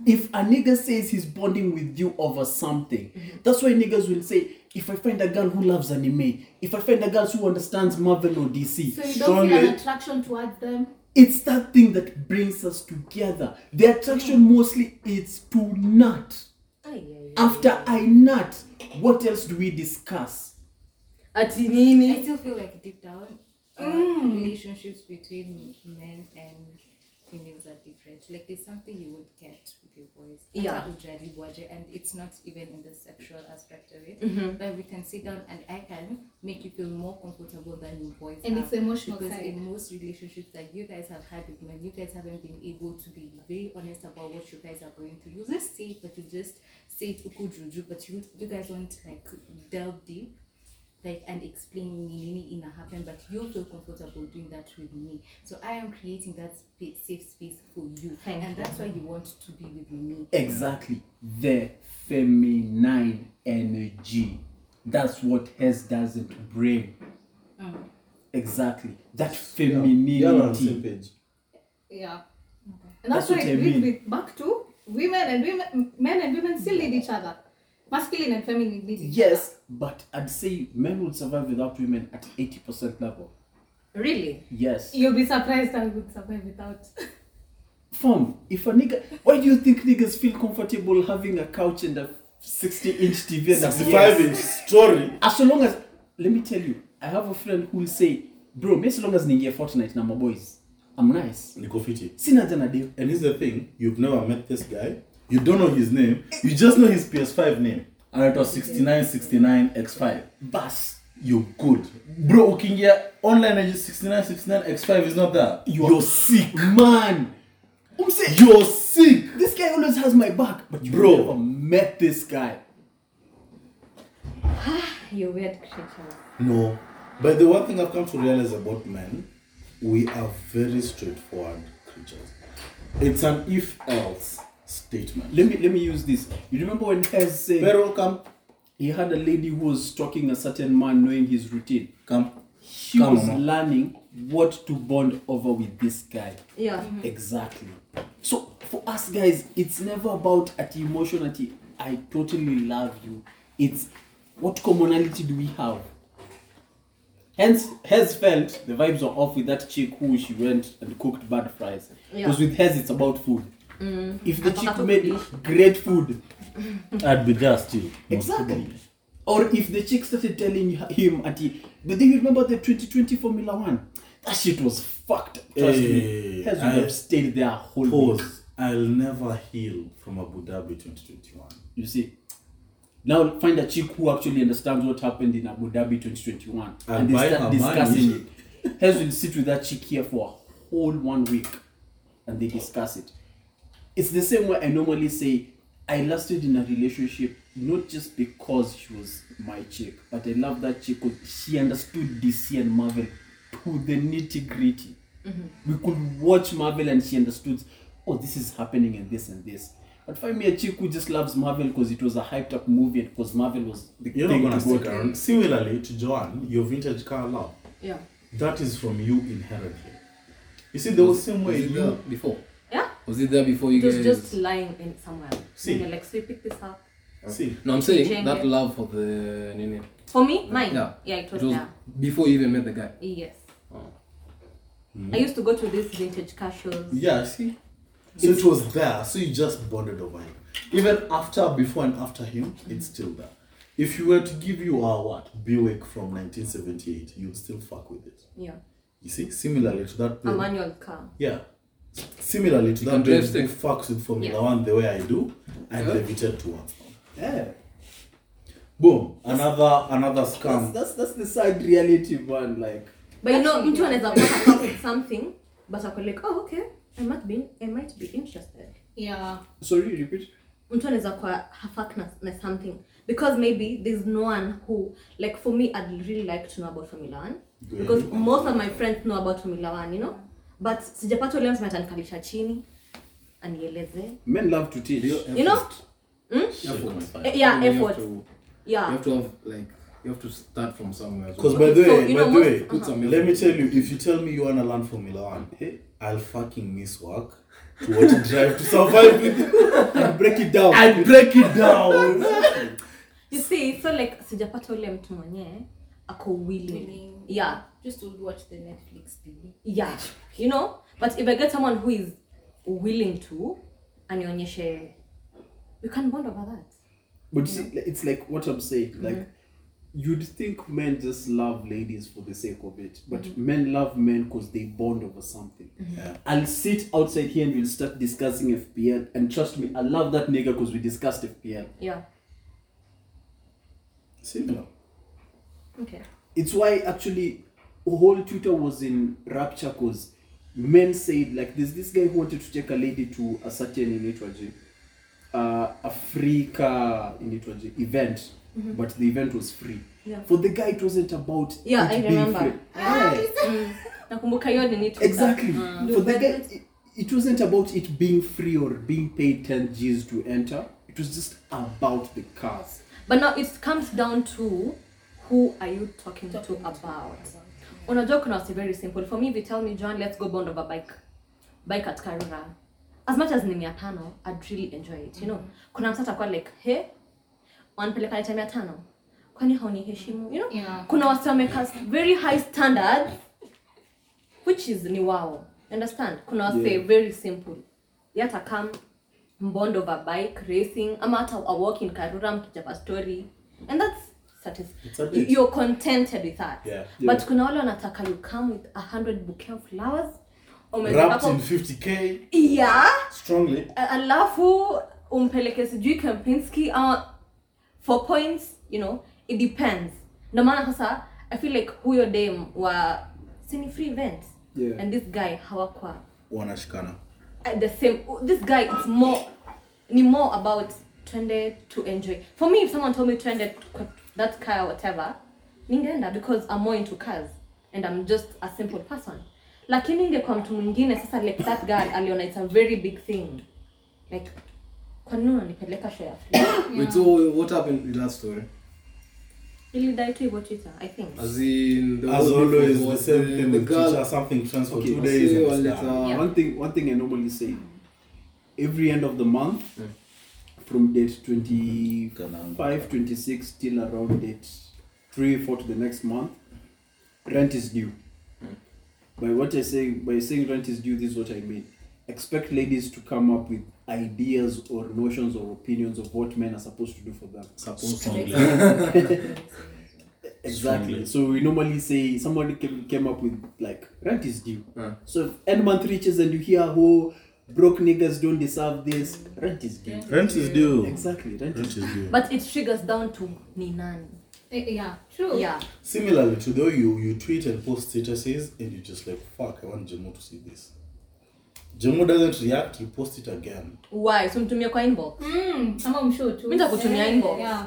If a nigga says he's bonding with you over something, that's why niggas will say, if I find a girl who loves anime, if I find a girl who understands Marvel or DC,
So you don't feel
Strongly-
an attraction towards them.
it's that thing that brings us together. The attraction mostly is to nut.
Ah,
After I nut, what else do we discuss?
Ati nini?
I still feel like deep down, uh, relationships between men and females are different. Like there's something you would get with your boys. Hata
Yeah.
ujali bwaje, And it's not even in the sexual aspect of it. But we can sit down and I can make you feel more comfortable than your boys.
And
are.
it's emotional
Because
side.
in most relationships that you guys have had with men, you guys haven't been able to be very honest about what you guys are going through. You just say it, but you just say it ukujuju, but you you guys won't like delve deep like and explain me nini ina happen but you feel comfortable doing that with me so i am creating that spa- safe space for you
Thank
and
you.
that's why you want to be with me
Exactly. The feminine energy. That's what Hess doesn't bring. Exactly. That femininity.
Yeah, we're on the same page.
Yeah. And that's,
That's what
why
I
it brings
mean.
me back to women and women, men and women still need each other. Masculine and feminine need each
Yes, but I'd say men would survive without women at 80% level.
Really?
Yes.
You'll be surprised I would survive without. [laughs]
Fam, if a nigga. Why do you think niggas feel comfortable having a couch and a 60 inch TV and a
65 inch story.
as so long as let me tell you i have a friend who will say bro me so long as ningia fortnite na my boys i'm nice
Niko fiti.
sina jana deal
And here's the thing you've never met this guy, you don't know his name, you just know his PS5 name.
anaitwa 6969x5
Bas, you're good. Bro, ukiingia online and 69, 69, X5 is not that.
You
You're,
are-
sick.
man umse
You're sick.
this guy always has my back but you
Bro.
never met this guy
You weird creature.
No. But the one thing I've come to realize about men, we are very straightforward creatures. It's an if else statement.
let me let me use this you remember when Pez said
Pero come,
he had a lady who was stalking a certain man knowing his routine
come.
she
Come
was
on.
learning what to bond over with this guy
Yeah.
Exactly. So for us guys, it's never about at emotion at I totally love you. It's what commonality do we have? Hence, Hez felt the vibes were off with that chick who she went and cooked bad fries. Because with Hez, it's about food. If the chick made great food,
I'd be there still.
exactly. Or if the chick started telling him at the day you remember the 2020 Formula One, that shit was fucked. Trust
Hey,
me, Hez would
Eh, I-
have stayed there a whole week.
Pause. I'll never heal from Abu Dhabi 2021.
You see. Now find a chick who actually understands what happened in Abu Dhabi 2021
And
and, they
buy
start
her
discussing
money.
it. Hers will sit with that chick here for a whole one week and they discuss it. It's the same way I normally say I lasted in a relationship not just because she was my chick, but I love that chick because she understood DC and Marvel to the nitty gritty. We could watch Marvel and she understood, oh, this is happening and this and this. But find me a chick who just loves Marvel because it was a hyped up movie and because Marvel was the
You're not
thing
gonna
to go
stick around. Similarly to Joanne, your vintage car love.
Yeah.
That is from you inherently. You see, the same
Was
way
it there
you
before?
Yeah.
Was it there before you
It was
guys?
just lying in somewhere.
See.
And you're like, so you pick this up.
see.
no, I'm saying
Changed
that
it.
love for the nene.
For me, mine.
Yeah.
it was, there.
before you even met the guy.
Yes.
Oh.
I used to go to these vintage car shows.
Yeah, see. So it was there. So you just bonded over him. Even after, before and after him, it's still there. If you were to give you a what Buick from 1978, you'd still fuck with it.
Yeah.
You see, similarly to that
A
plane-
manual car.
Yeah. Similarly to
can
that plane
drive
who
stick.
fucks with Formula
Yeah.
One the way I do, I
Yeah.
gravitate towards them.
Yeah.
Boom. Another another
That's,
scam.
that's that's the sad reality, man. Like
But you know, mtu anaweza kuwa hapa with something, but ako like, oh, okay, I might be, I might be interested.
Yeah.
sorry, repeat.
mtu anaweza kuwa hafuck na, na something because maybe there's no one who like for me i'd really like to know about formula one because
Good.
most of my friends know about formula one you know but sijapata ule mtu atanikalisha chini anieleze
Men love to teach.
you know Eh, yeah
You have
effort
to- You
yeah
have to have like you have to start from somewhere. as
Because
well.
by the
So,
way,
you
by
know,
the
most- uh-huh.
way,
Put some
let me
effort.
tell you, if you tell me you wanna learn Formula One, I'll fucking miss work to watch you drive to survive with you. [laughs]
and break it down.
I break it down.
you see so like sijapata ule mtu mwenyewe ako willing
Willing.
yeah
Just to watch the Netflix TV.
yeah you know but if i get someone who is willing to anionyeshe we can bond over that
But you see, it's like what I'm saying. Like, you'd think men just love ladies for the sake of it, but men love men because they bond over something.
Yeah.
I'll sit outside here and we'll start discussing FPL, and trust me, I love that nigga because we discussed FPL.
yeah
Similar.
okay
It's why actually, whole Twitter was in rapture because men said like this. This guy who wanted to take a lady to a certain initwaji, uh, Africa initwaji event, but the event was free.
Mm-hmm. Yeah.
For the guy, it wasn't about
Yeah,
it
I
being
remember.
free. Yeah.
nakumbuka hiyo nini tu-
Exactly. For the
But
guy, it, it wasn't about it being free or being paid ten G's to enter. It was just about the cars.
but now it comes down to who are you talking, to about unajua kuna wasi very simple for me if you tell me john let's go bond over bike bike at karura as much as ni mia tano i'd really enjoy it you know kuna mtu atakuwa like he wanapeleka leta mia tano kwani hauniheshimu you know
Yeah.
kuna wasi wameka very high standard which is ni wao You understand kuna wasi
Yeah.
very simple yata come bond over bike racing ama hata a walk in karura mkichapa story and that's satis-
It's a
you-
bit.
you're contented with that
Yeah.
but kuna wale wanataka you come with a hundred bouquet of flowers Umeweka
Wrapped
hapo-
in 50k
yeah
strongly.
A- alafu umpeleke sijui kempinski ama for points you know it depends ndo maana sasa i feel like huyo dam wa sini free events
Yeah.
and this guy hawakwa
Wanashikana.
at the same this guy is more ni more about twende to enjoy for me if someone told me twende kwa that car or whatever ningeenda because i'm more into cars and i'm just a simple person lakini ingekuwa mtu mwingine sasa like that guy aliona it's a very big thing like kwa nini unanipeleka show ya
[coughs]
free?
Wait, so what happened in that story?
ilidai tu hivyo twitter i think
As in, the
As
whole people
always, the
was-
same thing
The
with teacher,
girl,
something trends for
Okay,
two
I'll
days.
say
and
one
it's
letter.
done.
Yeah.
One thing, one thing I normally say. Every end of the month, from date 25, 26 till around date three, four to the next month, rent is due. By what I say, by saying rent is due, this is what I mean. Expect ladies to come up with ideas or notions or opinions of what men are supposed to do for them.
Strongly.
Exactly.
Strongly.
So we normally say someone came, came up with like rent is due.
Uh.
So if end month reaches and you hear oh broke niggas don't deserve this, rent is due.
Rent is due.
Exactly, rent
Rent
is
is due.
but it triggers down to ni nani
Eh, yeah, true.
yeah
Similarly to though you you tweet and post statuses and you just like fuck I want Jemu to see this. Jemu doesn't react, you post it again.
why so mtumie kwa inbox
Mm, ama mshow tu.
Mi nitakutumia
Eh,
inbox.
yeah.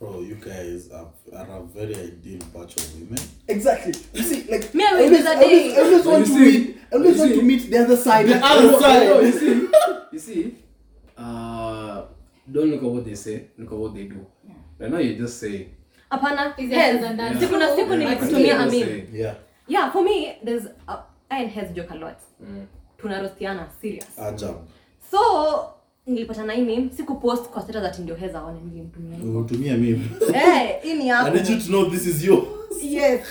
Bro, you guys are, are a very ideal batch of women.
Exactly. You see, like
Me, I will
always,
be the
always,
day.
always want
You
to
see?
meet, always
You
want to
see?
meet the other side.
The other side.
[laughs] No, you see, you see, uh, don't look at what they say, look at what they do. Right now, you're just saying.
hapana
Is it
health.
than that?
siku na siku
Yeah.
nilikutumia
You're
amin
just saying.
Yeah.
yeah for me there's a, I and his joke a lot
Mm.
tunarostiana serious
Ajab.
so nilipata na meme sikupost kwa status ati ndio heza aone nilimtumia
[laughs]
inbox.
Umetumia meme. [laughs]
eh hii ni
I
yako
need you to know this is you.
yes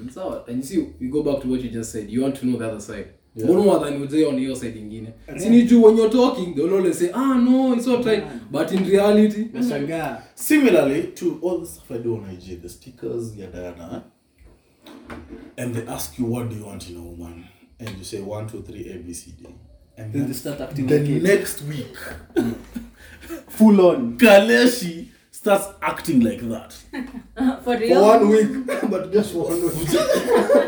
And so, and you see, we go back to what you just said. You want to know the other side. One more than you say on your side ingine. Sini juu when you're talking, they'll always say, ah no, it's all right. But in reality,
Nashangaa.
Similarly to all the stuff I do on IG, the stickers, yada yada, and they ask you what do you want in a woman, and you say one, two, three, A, B, C, D, and
Then they
then
start acting
the
like it.
next week,
full on.
Kaleshi starts acting like that
for
For
real
one
[laughs]
week, but just for one week.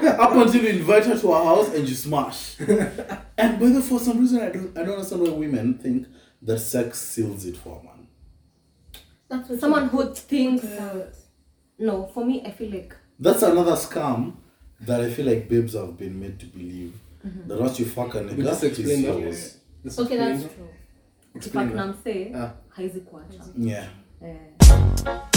up until you invite her to her house and you smash. [laughs] and by the for some reason I don't I don't understand why women think that sex seals it for a man.
That's what
someone who thinks no for me i feel like
That's another scam that I feel like babes have been made to believe that once you fuck a
we
nigga,
just
he's
explain that.
yours.
Just
Okay,
explain
that's
that.
true.
Explain that.
kifaknamsee
Ah.
haizi kuacha
Yeah.
Eh.